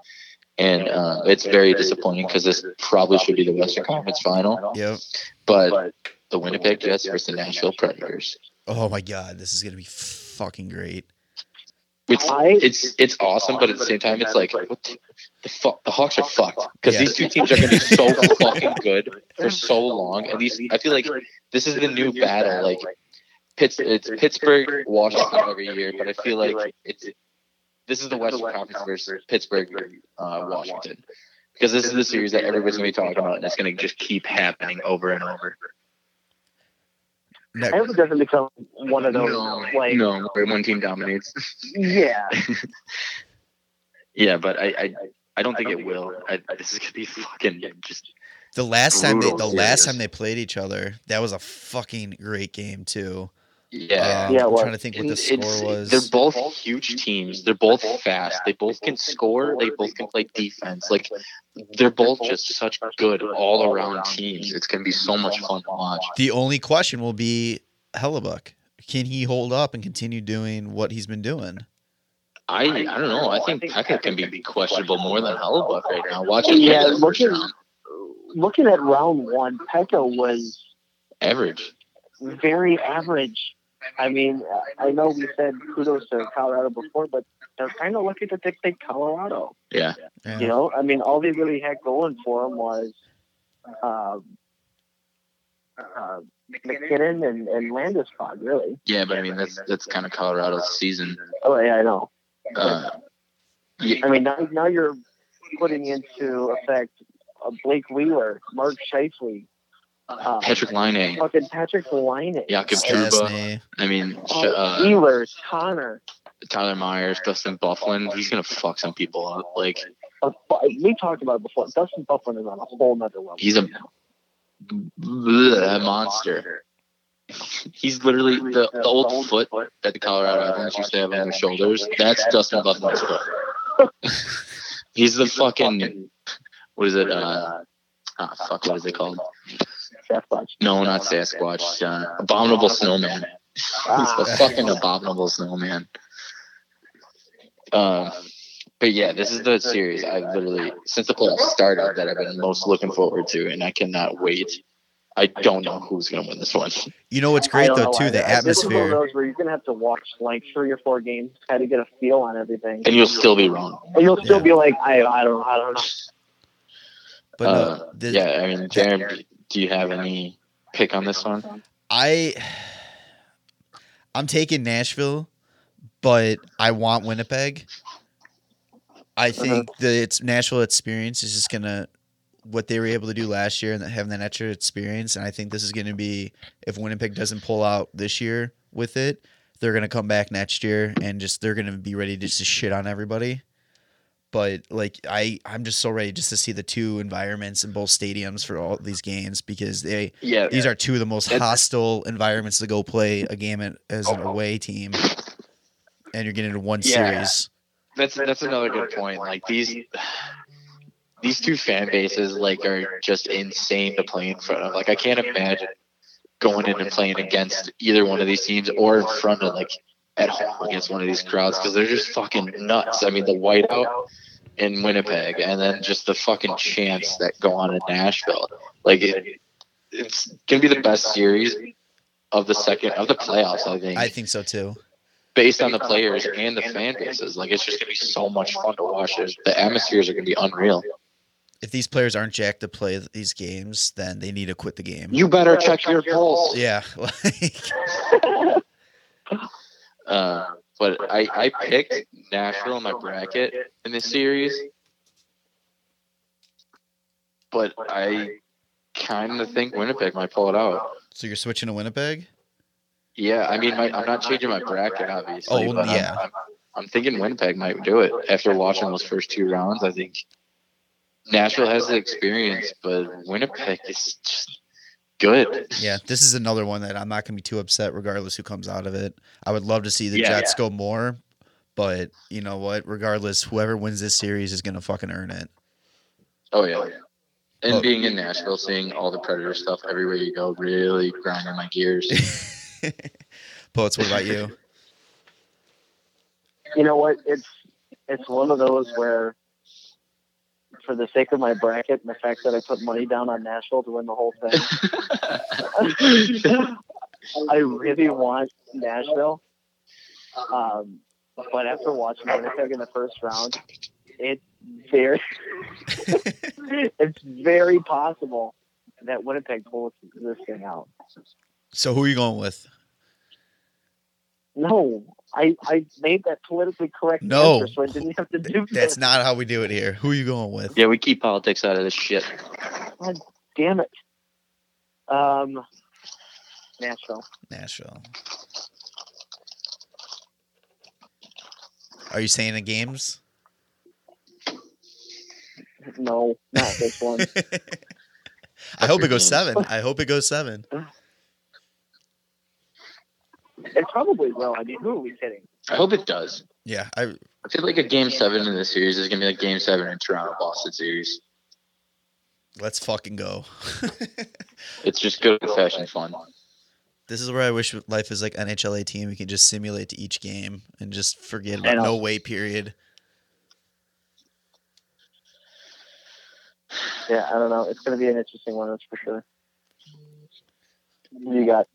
and uh, it's very disappointing because this probably should be the Western Conference final.
Yep.
But the Winnipeg Jets versus the Nashville Predators.
Oh my god, this is gonna be fucking great.
It's
I-
it's it's awesome, but at the same time, it's like what the, the fuck. The Hawks are fucked because
Yeah.
these two teams are [LAUGHS] gonna be so fucking good for so long. And these, I feel like this is the new battle. [LAUGHS] Like Pitts, it's Pittsburgh, Washington every year, but I feel like it's this is the Western Conference versus Pittsburgh, uh, Washington, because this is the series that everybody's gonna be talking about, and it's gonna just keep happening over and over.
Ne-
I hope it doesn't become one of those
No,
like
no, where one team dominates.
yeah.
Yeah, but I, I, I don't think it will. I, this is gonna be fucking just.
the last time they the
brutal
last
series.
time they played each other, that was a fucking great game too.
Yeah,
Um,
Yeah, it
I'm
was.
trying to think what the
And
score was.
They're both huge teams. They're both fast. They both can score. They both can play defense. Like they're both just such good all around teams. It's gonna be so much fun to watch.
The only question will be Hellebuck. Can he hold up and continue doing what he's been doing?
I I don't know. I think Pekka can be questionable more than Hellebuck right now. Watch it.
Yeah,
play the first
looking-
round.
Looking at round one, Pekka was
average.
very average. I mean, I know we said kudos to Colorado before, but they're kind of lucky that they played Colorado.
Yeah,
Yeah.
You know, I mean, all they really had going for them was um, uh, McKinnon and, and Landeskog, really.
yeah, but I mean that's that's kind of Colorado's season.
Oh yeah, I know.
Uh,
I mean, now, now you're putting into effect uh, Blake Wheeler, Mark Shifley, uh,
Patrick Line,
fucking Patrick Liney,
Jakob Truba.
Stastny.
I mean, sh-
oh,
uh,
Wheeler, Connor.
Tyler Myers, Dustin Bufflin. He's gonna fuck some people up. Like
Uh, but we talked about it before. Dustin Bufflin is on a whole nother level.
he's a bleh, monster. He's literally the, the old foot Uh, that the Colorado Avalanche used to have on their shoulders. That's Dustin Bufflin's foot. He's the fucking what is it? Uh, ah, fuck, what is it called?
Sasquatch.
No, not Sasquatch. Uh, abominable snowman. He's the fucking abominable snowman. Um, but yeah, this is the series I literally, since the playoffs started, that I've been most looking forward to, and I cannot wait. I don't know who's gonna win this one. [LAUGHS]
You know what's
I
great
don't
though
know
too,
either.
the
This is one of
atmosphere.
those where you're gonna have to watch like three or four games, kind of get a feel on everything,
And you'll still be wrong.
and you'll still
Yeah.
be like, I, I don't, I don't know.
But
uh,
no, this,
yeah, I mean, Jared, do you have any pick on this one?
I I'm taking Nashville, but I want Winnipeg. I think the it's Nashville experience is just gonna what they were able to do last year and having that extra experience, and I think this is gonna be if Winnipeg doesn't pull out this year with it, they're gonna come back next year and just they're gonna be ready just to shit on everybody. But like I, I'm just so ready just to see the two environments in both stadiums for all these games because they
Yeah,
these are two of the most
That's- Oh.
hostile environments to go play a game at, as an away team, and you're getting into one
Yeah.
series.
that's that's another good point. Like these these two fan bases like are just insane to play in front of. Like I can't imagine going in and playing against either one of these teams or in front of like at home against one of these crowds because they're just fucking nuts. I mean the whiteout in Winnipeg and then just the fucking chants that go on in Nashville. Like it, it's gonna be the best series of the second of the playoffs, I think
I think so too.
based on the players and the fan bases. Like it's just gonna be so much fun to watch. There's, the atmospheres are gonna be unreal.
if these players aren't jacked to play these games, then they need to quit the game.
You better check your pulse.
[LAUGHS] yeah, like,
Uh, but I, I picked Nashville in my bracket in this series, but I kind of think Winnipeg might pull it out.
so you're switching to Winnipeg.
Yeah, I mean, my, I'm not changing my bracket, obviously.
Oh,
but I'm-
yeah.
I'm, I'm thinking Winnipeg might do it after watching those first two rounds. I think Nashville has the experience, but Winnipeg is just good.
Yeah, this is another one that I'm not gonna be too upset, regardless who comes out of it. I would love to see the
Yeah.
Jets go more, but you know what? Regardless, whoever wins this series is gonna fucking earn it.
Oh yeah. And
Oh.
being in Nashville, seeing all the Predator stuff everywhere you go, really grinding my gears.
[LAUGHS] Poets, what about you?
you know what? It's it's one of those where, for the sake of my bracket and the fact that I put money down on Nashville to win the whole thing, [LAUGHS] I really want Nashville. Um, but after watching Winnipeg in the first round, it's very [LAUGHS] it's very possible that Winnipeg pulls this thing out.
So who are you going with?
No, I, I made that politically correct
No.
answer, so I didn't have to do
That's
that.
not how we do it here. Who are you going with?
yeah, we keep politics out of this shit.
Damn it. Um, Nashville.
Nashville. Are you saying the games? [LAUGHS]
No, not
[LAUGHS]
this one.
I hope it
your
goes
games.
seven. I hope it goes seven.
it probably will. I mean, who are we kidding?
I hope it does.
Yeah, I
I feel like a game seven in this series is gonna be like game seven in Toronto Boston series.
let's fucking go.
It's just good old fashioned fun.
this is where I wish life is like NHL 18. We can just simulate to each game and just forget
I
about
know.
no wait period.
Yeah, I don't know. It's going to be an interesting one, that's for sure. You got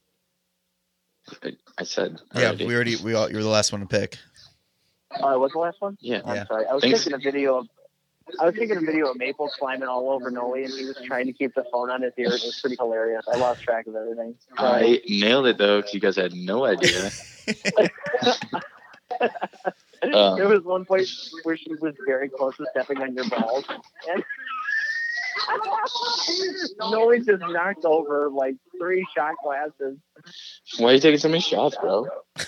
I said.
Yeah, we already we all you were the last one to pick.
Uh, what's the last one?
Yeah.
I'm
Yeah.
sorry. I was
Thanks.
taking a video of. I was taking a video of Maple climbing all over Noli, and he was trying to keep the phone on his ear. It was pretty hilarious. I lost track of everything. Sorry.
I nailed it though, 'cause you guys had no idea. um,
there was one point where she was very close to stepping on your balls, and [LAUGHS] Noli just knocked over like three shot glasses.
[LAUGHS] Why are you taking so many shots, bro?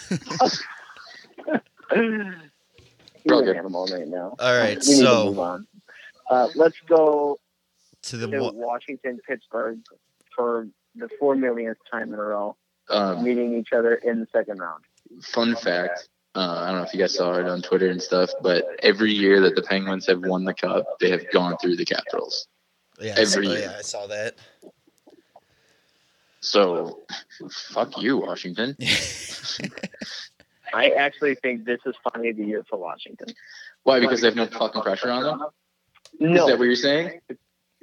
He's
Bro,
an
good.
animal right now.
All right,
We need to move
so
on. Uh, let's go
to the
to
one
Washington Pittsburgh for the four millionth time in a row,
Um,
meeting each other in the second round.
fun fact uh, i don't know if you guys saw it on twitter and stuff but every year that the penguins have won the cup they have gone through the capitals
yeah, I saw,
every year.
yeah, I saw that.
so fuck you washington
I actually think this is finally the year for Washington.
why because they have no fucking pressure on them is
No,
that what you're saying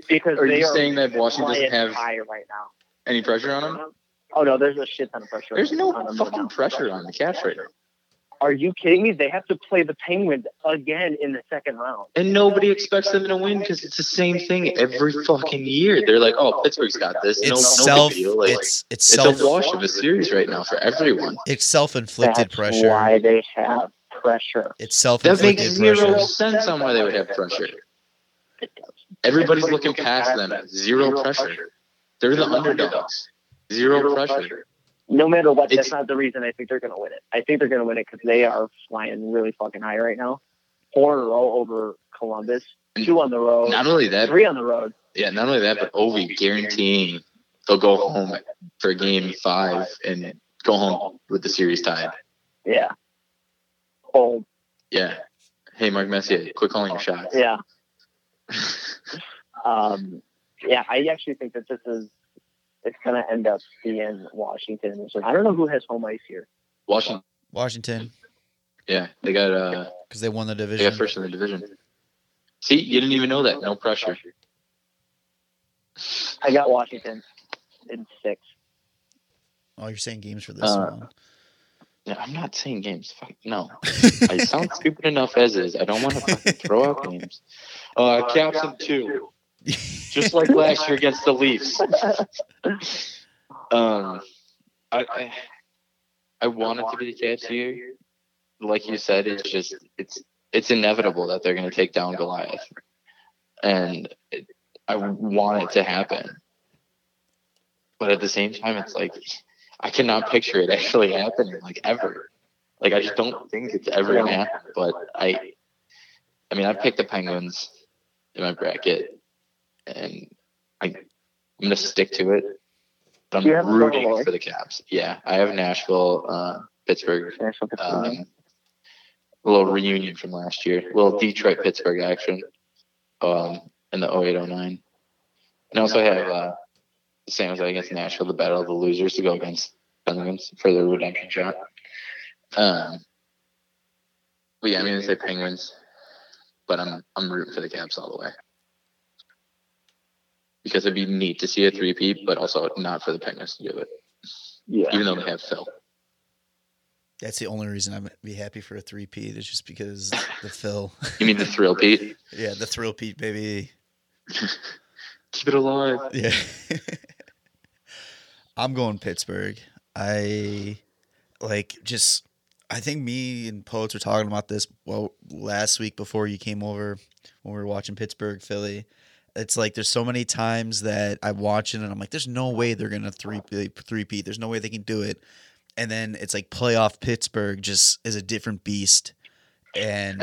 because
are
they
you
are
saying that washington
flying
doesn't have
high right now.
any pressure on them
Oh no, there's a shit ton of pressure.
there's no
on them right
fucking
now.
pressure on the caps right now
Are you kidding me? They have to play the Penguins again in the second round.
and nobody expects them to win because it's the same thing every fucking year they're like oh pittsburgh's got this
It's
no, no
self
big deal. Like, it's,
it's it's self
a wash of a series right now for everyone
it's self inflicted
That's
pressure.
Why they have pressure?
It's self
That makes
inflicted
zero
pressure.
sense on why they would have pressure. Everybody's looking past them. Zero pressure. They're the underdogs. Zero pressure.
No matter what,
It's-
that's not the reason I think they're going to win it. I think they're going to win it because they are flying really fucking high right now. Four in a row over Columbus, two on the road,
Not only that,
three on the road.
yeah, not only that, but Ovi guaranteeing they'll go home for game five and go home with the series tied.
Yeah. Oh,
Yeah. Hey, Mark Messier, quit calling your shots.
yeah. [LAUGHS] um, yeah, I actually think that this is it's going to end up being Washington. So I don't know who has home ice here.
Washington,
Washington
yeah, they got uh,
because they won the
they got
division.
first in the division. See, you didn't even know that. No pressure.
I got Washington in six.
Oh, you're saying games for this
Uh,
one.
No, I'm not saying games. Fuck no. [LAUGHS] I sound stupid enough as is. I don't want to fucking throw out games. Uh, Caps in two. just like last year against the Leafs. um, I I, I want it to be the KFC. Like you said, it's just it's it's inevitable that they're going to take down Goliath, and it, I want it to happen. But at the same time, it's like I cannot picture it actually happening, like ever. Like I just don't think it's ever going to happen. But I, I mean, I picked the Penguins in my bracket, and I, I'm going to stick to it. But
You have
I'm rooting
Buffalo.
for the Caps. Yeah, I have Nashville, uh, Pittsburgh, um, a little reunion from last year, a little Detroit Pittsburgh action um, in the 0809. And also have uh, San Jose against Nashville, the battle of the losers, to go against Penguins for their redemption shot. Um, but yeah, I'm going to say Penguins, but I'm I'm rooting for the Caps all the way. Because it'd be neat to see a three-peat, but also not for the Penguins to do it,
yeah.
even though they have Phil.
That's the only reason I'd be happy for a three peat is just because the Phil.
You mean the thrill peat?
[LAUGHS] yeah, the thrill peat, baby.
Keep it alive.
Yeah. [LAUGHS] I'm going Pittsburgh. I like just I think me and Poets were talking about this well last week before you came over when we were watching Pittsburgh Philly. It's like there's so many times that I'm watching and I'm like, there's no way they're gonna three three peat. There's no way they can do it. And then it's like playoff Pittsburgh just is a different beast. And,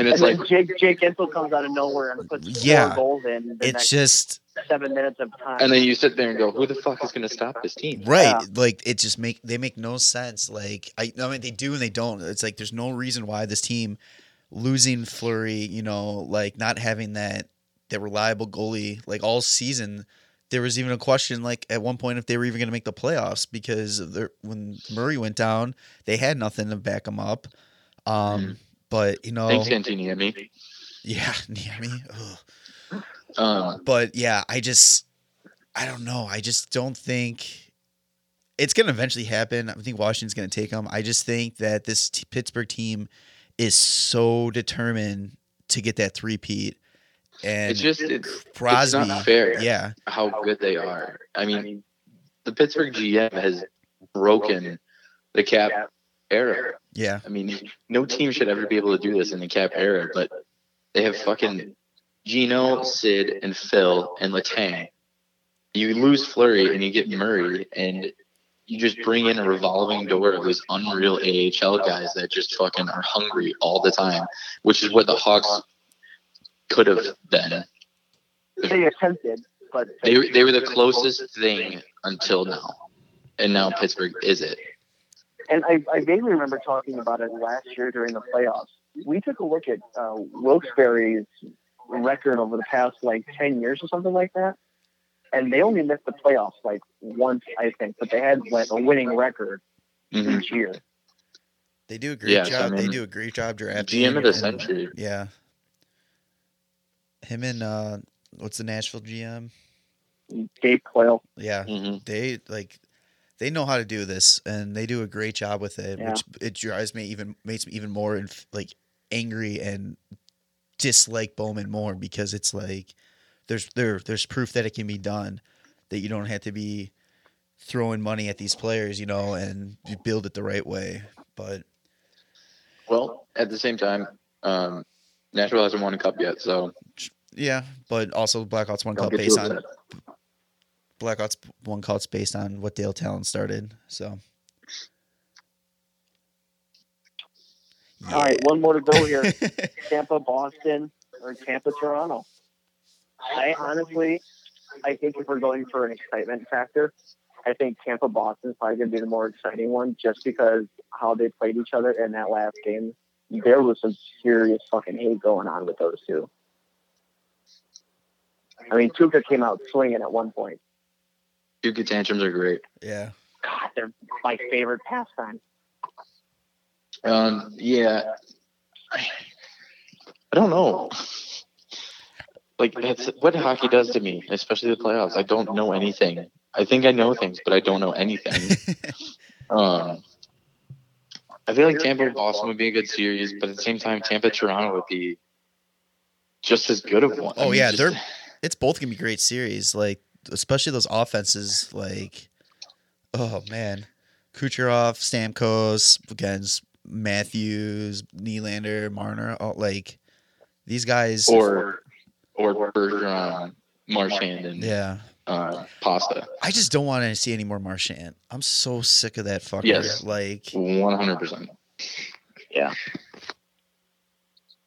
And
And
it's like
then Jake Jake Ensel comes out of nowhere and puts
Yeah.
four goals in the
it's
next
just
seven minutes of time.
And then you sit there and go, "Who the fuck is going to stop this team?"
Right.
Yeah.
Like it just make they make no sense. Like I I mean they do and they don't. It's like there's no reason why this team losing Flurry, you know, like not having that that reliable goalie like all season. There was even a question like at one point if they were even going to make the playoffs because of their, when Murray went down, they had nothing to back him up. Um but you know
Thanks, Santini. I mean,
yeah, [LAUGHS] Niemi. Ugh
um,
but yeah, I just I don't know. I just don't think it's going to eventually happen. I think Washington's going to take them. I just think that this t- Pittsburgh team is so determined to get that three-peat and
it's just it's, it's
Crosby.
not fair
yeah,
how good they are. I mean, the Pittsburgh GM has broken the cap era.
yeah.
I mean, [LAUGHS] no team should ever be able to do this in the cap era, but they have fucking Gino, Sid, and Phil and Letang. You lose Flurry and you get Murray, and you just bring in a revolving door of those unreal AHL guys that just fucking are hungry all the time, which is what the Hawks could have been.
they attempted, but
They, they were the closest thing until now, and now Pittsburgh is it.
And I, I vaguely remember talking about it last year during the playoffs. We took a look at uh, Wilkes-Barre's record over the past like 10 years or something like that. And they only missed the playoffs like once, I think, but they had like a winning record
Mhm.
each year.
They do a great
Yeah, so,
job.
I
they
mean,
do a great job drafting.
GM of the
and-
century.
Yeah. Him and uh what's the Nashville GM?
Gabe Coyle.
Yeah.
hmm
they like they know how to do this and they do a great job with it
Yeah.
which it drives me even makes me even more inf- like angry and dislike Bowman more because it's like there's there there's proof that it can be done that you don't have to be throwing money at these players you know and you build it the right way but
Well, at the same time, um, Nashville hasn't won a cup yet, so
yeah but also Blackhawks one
don't
cup
get too
based on
upset.
Blackhawks one cup's based on what Dale Talon started so
All right, one more to go here.
Yeah. [LAUGHS]
Tampa, Boston, or Tampa, Toronto. I honestly, I think if we're going for an excitement factor, I think Tampa, Boston is probably going to be the more exciting one just because how they played each other in that last game. There was some serious fucking hate going on with those two. I mean, Tuca came out swinging at one point.
Duke tantrums are great.
yeah
God, they're my favorite pastime.
Um, yeah, I don't know. Like that's what hockey does to me, especially the playoffs. I don't know anything. I think I know things, but I don't know
[LAUGHS]
anything. Um, I feel like Tampa Boston would be a good series, but at the same time, Tampa Toronto would be just as good of one. I
Oh,
mean,
yeah,
just-
they're- it's both gonna be great series. Like especially those offenses. Like oh man, Kucherov, Stamkos against Matthews, Nylander, Marner. All, like these guys.
or or Bergeron, Marchand, and
yeah,
uh, Pasta.
I just don't want to see any more Marchand. I'm so sick of that fucker.
Yes.
Like
One hundred percent.
Yeah.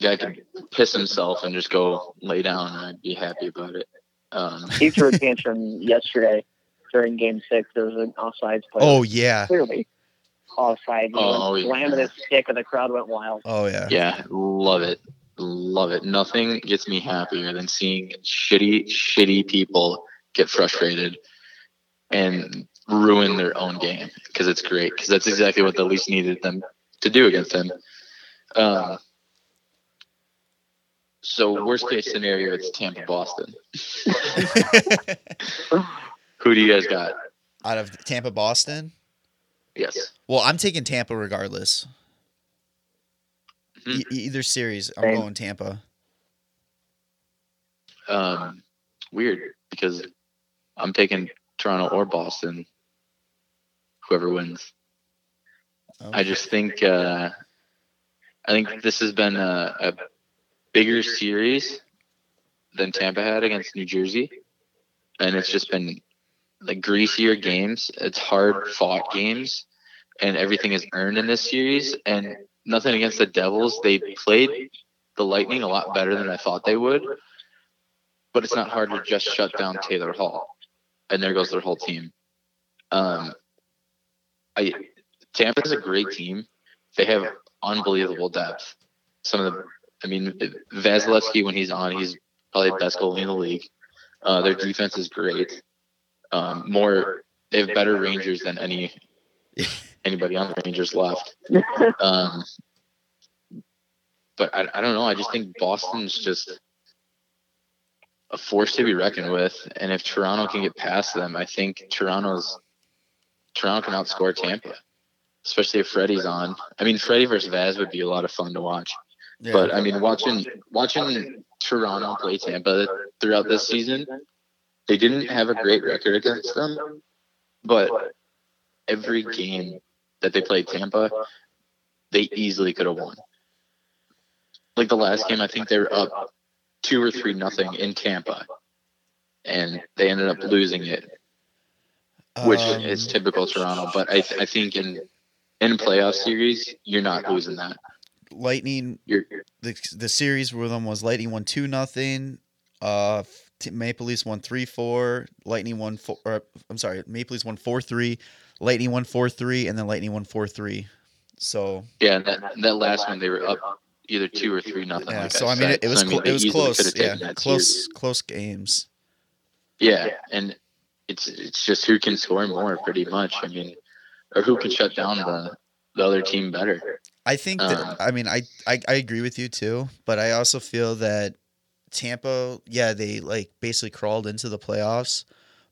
Guy could piss himself and just go lay down, and I'd be happy about it. Um,
He threw a tantrum [LAUGHS] yesterday during Game Six. There was an offsides play.
oh yeah,
clearly offside. He
Oh,
went
yeah.
slamming his stick, and the crowd went
[LAUGHS]
wild.
oh yeah.
yeah, love it, love it. Nothing gets me happier than seeing shitty, shitty people get frustrated and ruin their own game because it's great because that's exactly what the Leafs needed them to do against them. Uh, so worst case scenario, it's Tampa Boston. Who do you guys got?
[LAUGHS] Out of Tampa, Boston.
Yes.
Well, I'm taking Tampa regardless. E-
Mhm.
e- either series, I'm
Same.
going Tampa.
Um, weird because I'm taking Toronto or Boston. Whoever wins, I just think uh, I think this has been a, a bigger series than Tampa had against New Jersey, and it's just been like greasier games. It's hard fought games, and everything is earned in this series. And nothing against the Devils, they played the Lightning a lot better than I thought they would. But it's not hard to just shut down Taylor Hall, and there goes their whole team. Um, I Tampa's a great team. They have unbelievable depth. Some of the, I mean, Vasilevsky when he's on, he's probably the best goalie in the league. Uh, their defense is great. Um, more, they have better Rangers than [LAUGHS] any anybody on the Rangers [LAUGHS] left. Um, but I, I don't know. I just think Boston's just a force to be reckoned with, and if Toronto can get past them, I think Toronto's Toronto can outscore Tampa especially if Freddie's on. I mean, Freddie versus Vaz would be a lot of fun to watch.
Yeah.
But I mean, watching watching Toronto play Tampa throughout this season, they didn't have a great record against them, but every game that they played Tampa, they easily could have won. Like the last game, I think they were up two or three nothing in Tampa, and they ended up losing it uh, which
Um,
is typical Toronto. But I, th- I think in in playoff series, you're not losing that.
Lightning.
You're
The the series with them was Lightning won two nothing. Uh, t- Maple Leafs won three four. Lightning won four. Or, I'm sorry, Maple Leafs won four three. Lightning won four three, and then Lightning won four three. So
yeah. and That that last one, they were up either two or three nothing. [LAUGHS]
yeah,
like
so I mean,
said.
it, it was
So, I
clo-
mean, they
it was
easily
close.
could've
Yeah,
taken that
close
series.
close games.
Yeah, and it's it's just who can score more, pretty much. I mean, or who can shut down the the other team better.
I think
Uh,
that I mean I, I I agree with you too, but I also feel that Tampa, yeah, they like basically crawled into the playoffs,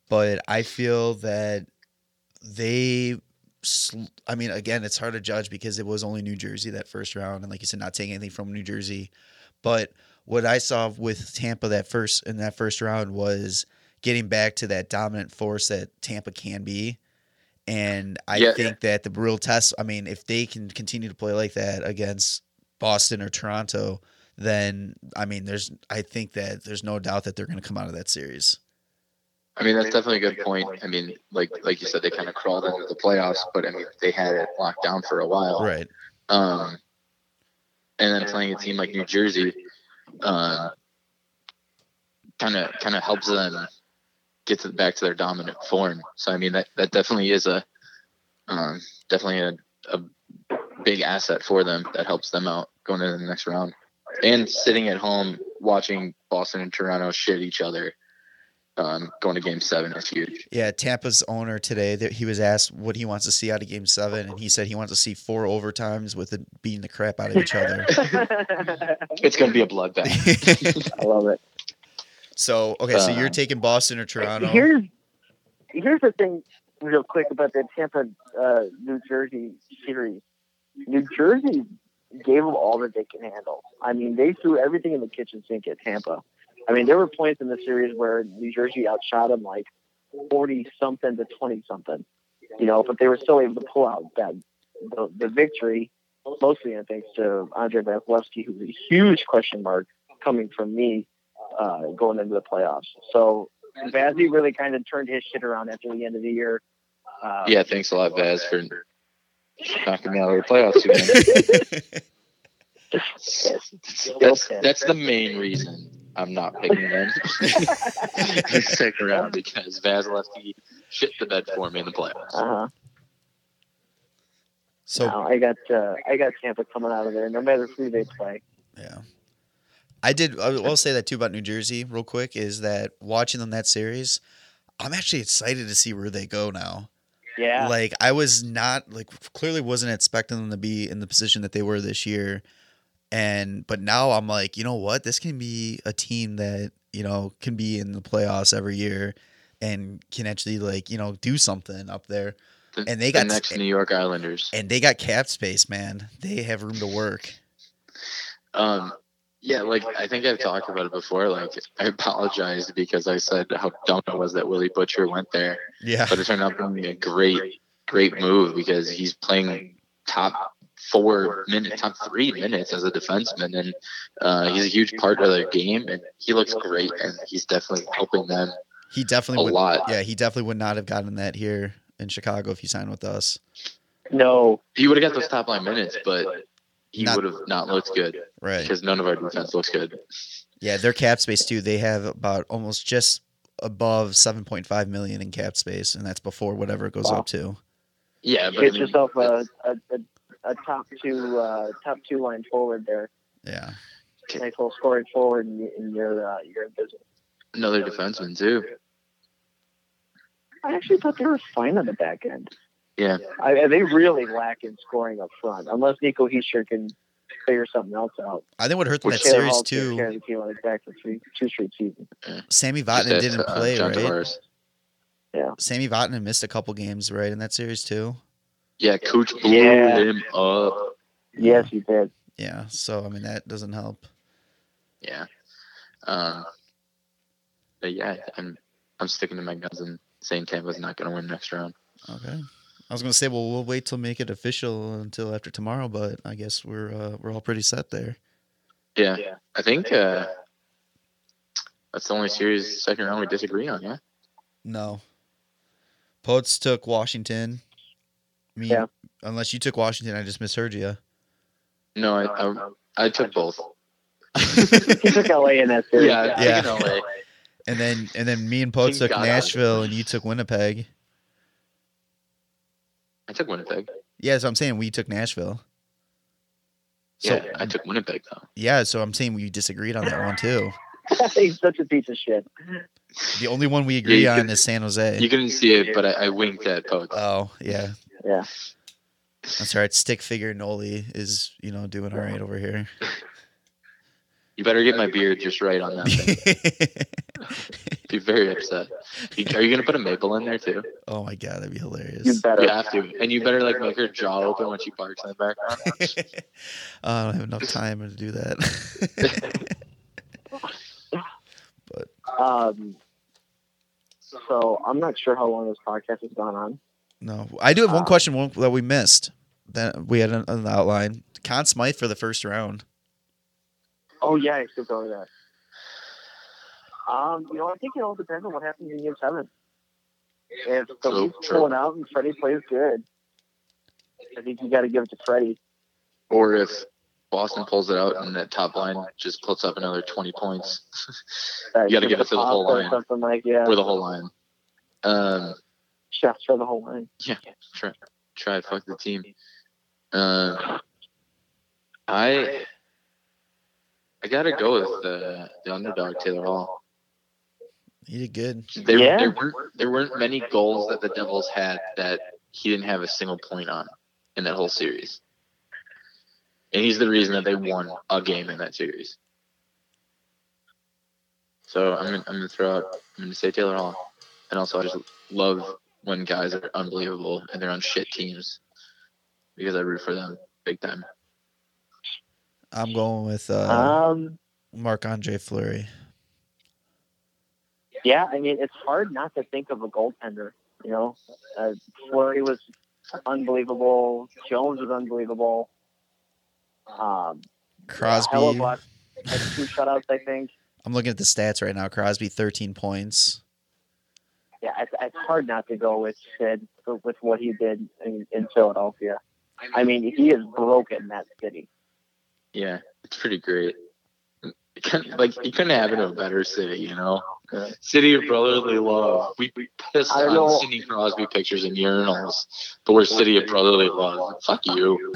but I feel that they sl- I mean again, it's hard to judge because it was only New Jersey that first round and like you said not taking anything from New Jersey, but what I saw with Tampa that first in that first round was getting back to that dominant force that Tampa can be. And I
Yeah.
think that the real test, I mean, if they can continue to play like that against Boston or Toronto, then I mean, there's, I think that there's no doubt that they're going to come out of that series.
I mean, that's definitely a good point. I mean, like like you said, they kind of crawled into the playoffs, but I mean, they had it locked down for a while.
Right.
Um, and then playing a team like New Jersey, uh, kind of kind of helps them get to back to their dominant form. So I mean that that definitely is a um, definitely a, a big asset for them that helps them out going into the next round. And sitting at home watching Boston and Toronto shit each other, um, going to Game Seven is huge.
Yeah. Tampa's owner today, that he was asked what he wants to see out of game seven. And he said he wants to see four overtimes with it beating the crap out of
[LAUGHS]
each other.
I
It's going to be a bloodbath.
love it.
so, okay. So you're
Um,
taking Boston or Toronto.
[LAUGHS]
[LAUGHS]
Here's here's the thing, real quick about the Tampa uh, New Jersey series. New Jersey gave them all that they can handle. I mean, they threw everything in the kitchen sink at Tampa. I mean, there were points in the series where New Jersey outshot them like forty something to twenty something, you know, but they were still able to pull out that the, the victory, mostly I think to Andre Vasilevsky, who was a huge question mark coming from me uh, going into the playoffs. So Vazzy really kind of turned his shit around after the end of the year. Uh,
[LAUGHS] Yeah, thanks a lot, Vaz, for knocking me out of the playoffs again. that's, that's the main reason I'm not picking
[LAUGHS]
them [LAUGHS] in the second round because Vasilevsky shit the bed for me in the playoffs.
Uh-huh.
so
Now I got uh, I got Tampa coming out of there, no matter who they play.
yeah, I did. I will say that too about New Jersey, real quick, is that watching them that series, I'm actually excited to see where they go now.
Yeah,
Like I was not like clearly wasn't expecting them to be in the position that they were this year. And but now I'm like, you know what? This can be a team that, you know, can be in the playoffs every year and can actually like, you know, do something up there.
The,
And they
the
got-
next New York Islanders.
And they got cap space, man. They have room to work.
Um, yeah, like I think I've talked about it before. Like I apologized because I said how dumb it was that Willie Butcher went there,
Yeah.
but it turned out being a great, great move because he's playing top four minutes, top three minutes as a defenseman, and uh, he's a huge part of their game. And he looks great, and he's definitely helping them
He
a
definitely would
lot.
Yeah, he definitely would not have gotten that here in Chicago if he signed with us.
no,
He would have got those top line minutes, but he
Not-
would have not looked good
Right.
because none of our defense looks good.
Yeah, their cap space too. They have about almost just above 7.5 million in cap space and that's before whatever it goes
Wow.
up to.
Yeah, but I
get
mean,
yourself a
that's-
a, a, a top two uh, top two line forward there.
Yeah.
Nice little scoring forward, and, you- and you're uh, you're in business.
another defenseman too.
I actually thought they were fine on the back end.
Yeah.
I, I- they really lack in scoring up front, unless Nico Heischer can figure something else out.
I think what hurt them
Which
that
Taylor
series
Hall's gonna
too.
carry the team on his back for three, two straight seasons.
Sammy Vatanen
Just
didn't
ask, uh,
play,
John
right?
Tavares.
Sammy Vatanen missed a couple games, right, in that series too.
Yeah, Cooch blew
Yeah.
him up.
Yes, he did.
Yeah, so I mean that doesn't help.
Yeah. Um, but yeah, I'm I'm sticking to my guns and saying Tampa's not going to win next round.
Okay. I was gonna say, well, we'll wait till make it official until after tomorrow, but I guess we're uh, we're all pretty set there.
Yeah, I think uh, that's the only series second round we disagree on. Yeah.
No. Poets took Washington. Me,
Yeah.
Unless you took Washington, I just misheard [LAUGHS] you.
No, I I, I took both.
He took LA in that series.
Yeah,
Yeah.
yeah. LA. [LAUGHS]
And then and then me and Poets
Team
took
got
Nashville, and you took Winnipeg.
I took Winnipeg.
Yeah, so I'm saying we took Nashville. So
Yeah, I took Winnipeg though.
yeah, so I'm saying we disagreed on that one too.
[LAUGHS] He's such a piece of shit.
The only one we agree
you
on
could-
is San Jose.
You couldn't see it, but I, I winked at Poets.
oh yeah,
Yeah.
that's right. Stick figure Noli is you know doing all right over here. [LAUGHS]
You better get my beard just right on that. [LAUGHS] Thing. Be very upset. You- Are you going to put a maple in there too?
oh my god, that'd be
You
hilarious.
better.
You have to, and you better like make her jaw open when she barks in the background.
[LAUGHS] Uh, I don't have enough time to do that.
[LAUGHS] Um, so I'm not sure how long this podcast has gone on.
no, I do have one
Um,
question one- that we missed that we had an, an outline. Con Smythe for the first round.
Oh yeah, I skipped over that. Um, you know, I think it all depends on what happens in game seven. If the
True,
league's
true.
pulling out and Freddie plays good, I think you got to give it to Freddie.
or if Boston pulls it out and that top line just puts up another 20 points, [LAUGHS]
Uh,
You gotta give it
just
to the
a
whole
pop or
line.
Something like yeah,
or the whole line. Um,
shots for the whole line.
try, try to fuck the team. Um, I I gotta go with the, the underdog Taylor Hall.
He did good.
There,
Yeah.
there weren't there weren't many goals that the Devils had that he didn't have a single point on in that whole series. And he's the reason that they won a game in that series. So I'm gonna, I'm gonna throw out I'm gonna say Taylor Hall, and also I just love when guys are unbelievable and they're on shit teams because I root for them big time.
I'm going with uh,
Um,
Marc Andre Fleury.
yeah, I mean, it's hard not to think of a goaltender. You know, uh, Flurry was unbelievable. Jones was unbelievable. Um,
Crosby.
Hellebuck had two shutouts, I think.
I'm looking at the stats right now. Crosby, 13 points.
Yeah, it's, it's hard not to go with Sid for- with what he did in, in Philadelphia. I mean, he has broken that city.
Yeah, it's pretty great. It couldn't- Like you couldn't have it in a better city, you know. City of brotherly love. We, we pissed
I
on
know.
Sidney Crosby pictures and urinals, but we're city of brotherly love. Fuck you.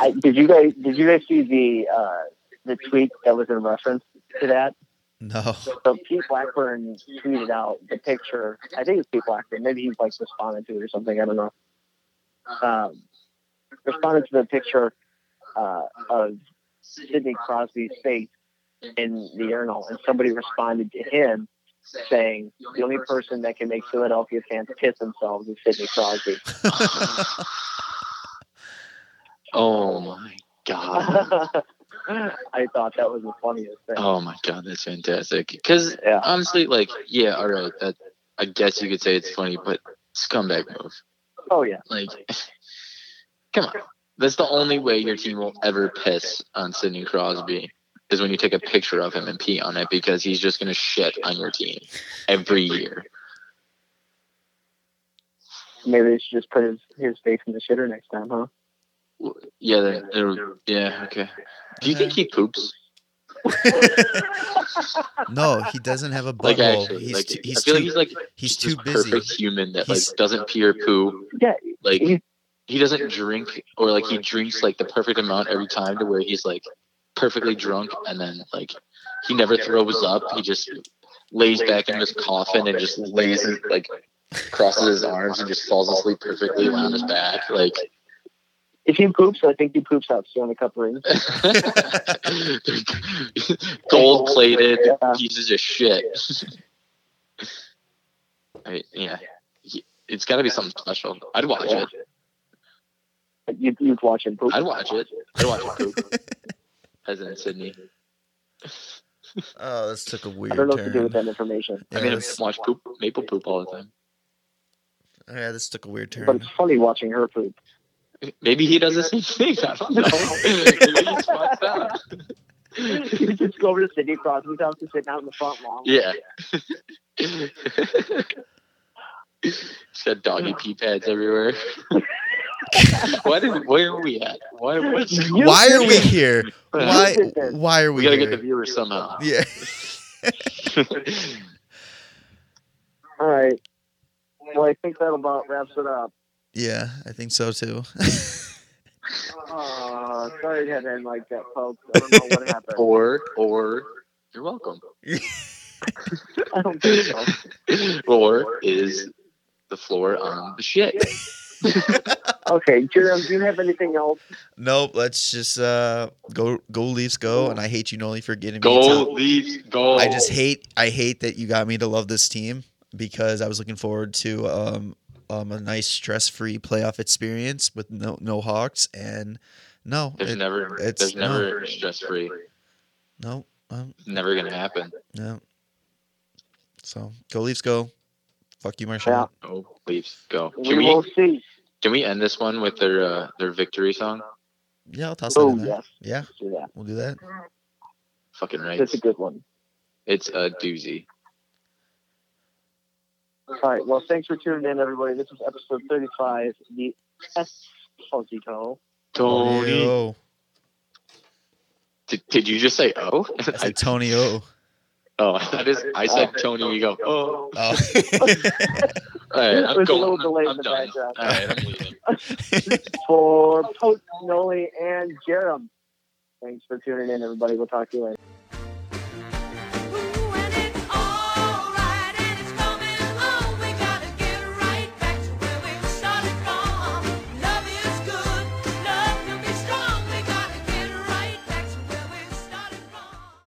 I, did you guys Did you guys see the uh, the tweet that was in reference to that?
No.
So Pete Blackburn tweeted out the picture. I think it's Pete Blackburn. Maybe he's like responded to it or something. I don't know. Um, responded to the picture uh, of Sidney Crosby's face in the urinal, and somebody responded to him saying, "The only person that can make Philadelphia fans piss themselves is Sidney Crosby."
Oh my god.
[LAUGHS] I thought that was the funniest thing.
Oh my god, that's fantastic. Because
Yeah.
honestly, like, yeah, all right, that I guess you could say it's funny, but scumbag move.
Oh yeah.
Like, come on. That's the only way your team will ever piss on Sidney Crosby is when you take a picture of him and pee on it because he's just gonna shit on your team every year.
Maybe they should just put his, his face in the shitter next time, huh?
Yeah, that, that'll- yeah, okay. Do you think he poops?
[LAUGHS] no, he doesn't have a butthole.
Like, actually,
he's
like,
too,
I
he's
feel
too,
like he's like
he's
this
too busy.
perfect human that like
He's- Mm-hmm.
doesn't pee or poo.
Yeah.
Like
He's-
he doesn't drink or like he drinks like the perfect amount every time to where he's like perfectly drunk and then like he never throws up. He just lays back in his coffin and just lays his, like crosses his arms and just falls asleep perfectly on his back. [LAUGHS] Like
If he poops, I think he poops out still in the cup rings.
gold plated
Yeah.
pieces of shit. [LAUGHS] I mean, yeah. He- It's got to be something special. I'd watch it.
You, you'd watch him poop.
I'd watch it. I'd watch it [LAUGHS] poop. As in Sydney.
Oh, this took a weird
I don't know what to
turn.
do with that information.
Yeah,
I mean, I
this,
watch poop, maple poop all the time.
yeah, this took a weird
But
turn.
it's funny watching her poop. [LAUGHS]
Maybe he does the same thing. I don't know. [LAUGHS] Maybe he's fucked up.
you just go over to Sidney Crosby's house and sit down in the front lawn. [LAUGHS]
Yeah. Said doggy pee pads
[LAUGHS]
everywhere. why did, where are we at? Why, what's,
You
Why are
did
[LAUGHS]
we
it.
here? Why?
did this.
Why are we?
we gotta
here?
get the viewers somehow.
[LAUGHS] yeah.
All right. Well, I think that about wraps it up.
Yeah, I think so too. [LAUGHS]
Uh, sorry it had to end like that, folks. I don't know what
[LAUGHS]
happened.
or, or, you're welcome.
I don't think so.
or is the floor on the shit?
Okay, Jerem, do you have anything else?
nope. Let's just uh, go. Go Leafs, go! And I hate you, Noli, for getting me. to-
Go Leafs, go!
I just hate I hate that you got me to love this team because I was looking forward to um, um a nice stress free playoff experience with no no Hawks and no
There's
it-
never,
it's-
there's
no.
never stress free.
no um,
Never gonna happen.
no. So go Leafs go, fuck you Marshall.
Go Leafs, go!
We
Can we,
will see.
can we end this one with their uh, their victory song?
Yeah, I'll toss that
Oh,
in there.
yes.
Yeah,
Let's do that.
we'll do that.
Fucking right.
That's a good one.
It's a doozy.
All right. Well, thanks for tuning in, everybody. This was episode 35, the oh, Esposito.
Tony
Tony,
O.
did, did you just say oh?
[LAUGHS] I said Tony O.
[LAUGHS] oh, that is.
[LAUGHS]
I said Tony. You go oh.
Oh. [LAUGHS]
All right, I'm
There's a
going.
little
I'm-
delay in
I'm
the
done.
background.
All right, I'm leaving.
For Pope, Noli, and Jerem. Thanks for tuning in, everybody. We'll talk to you later.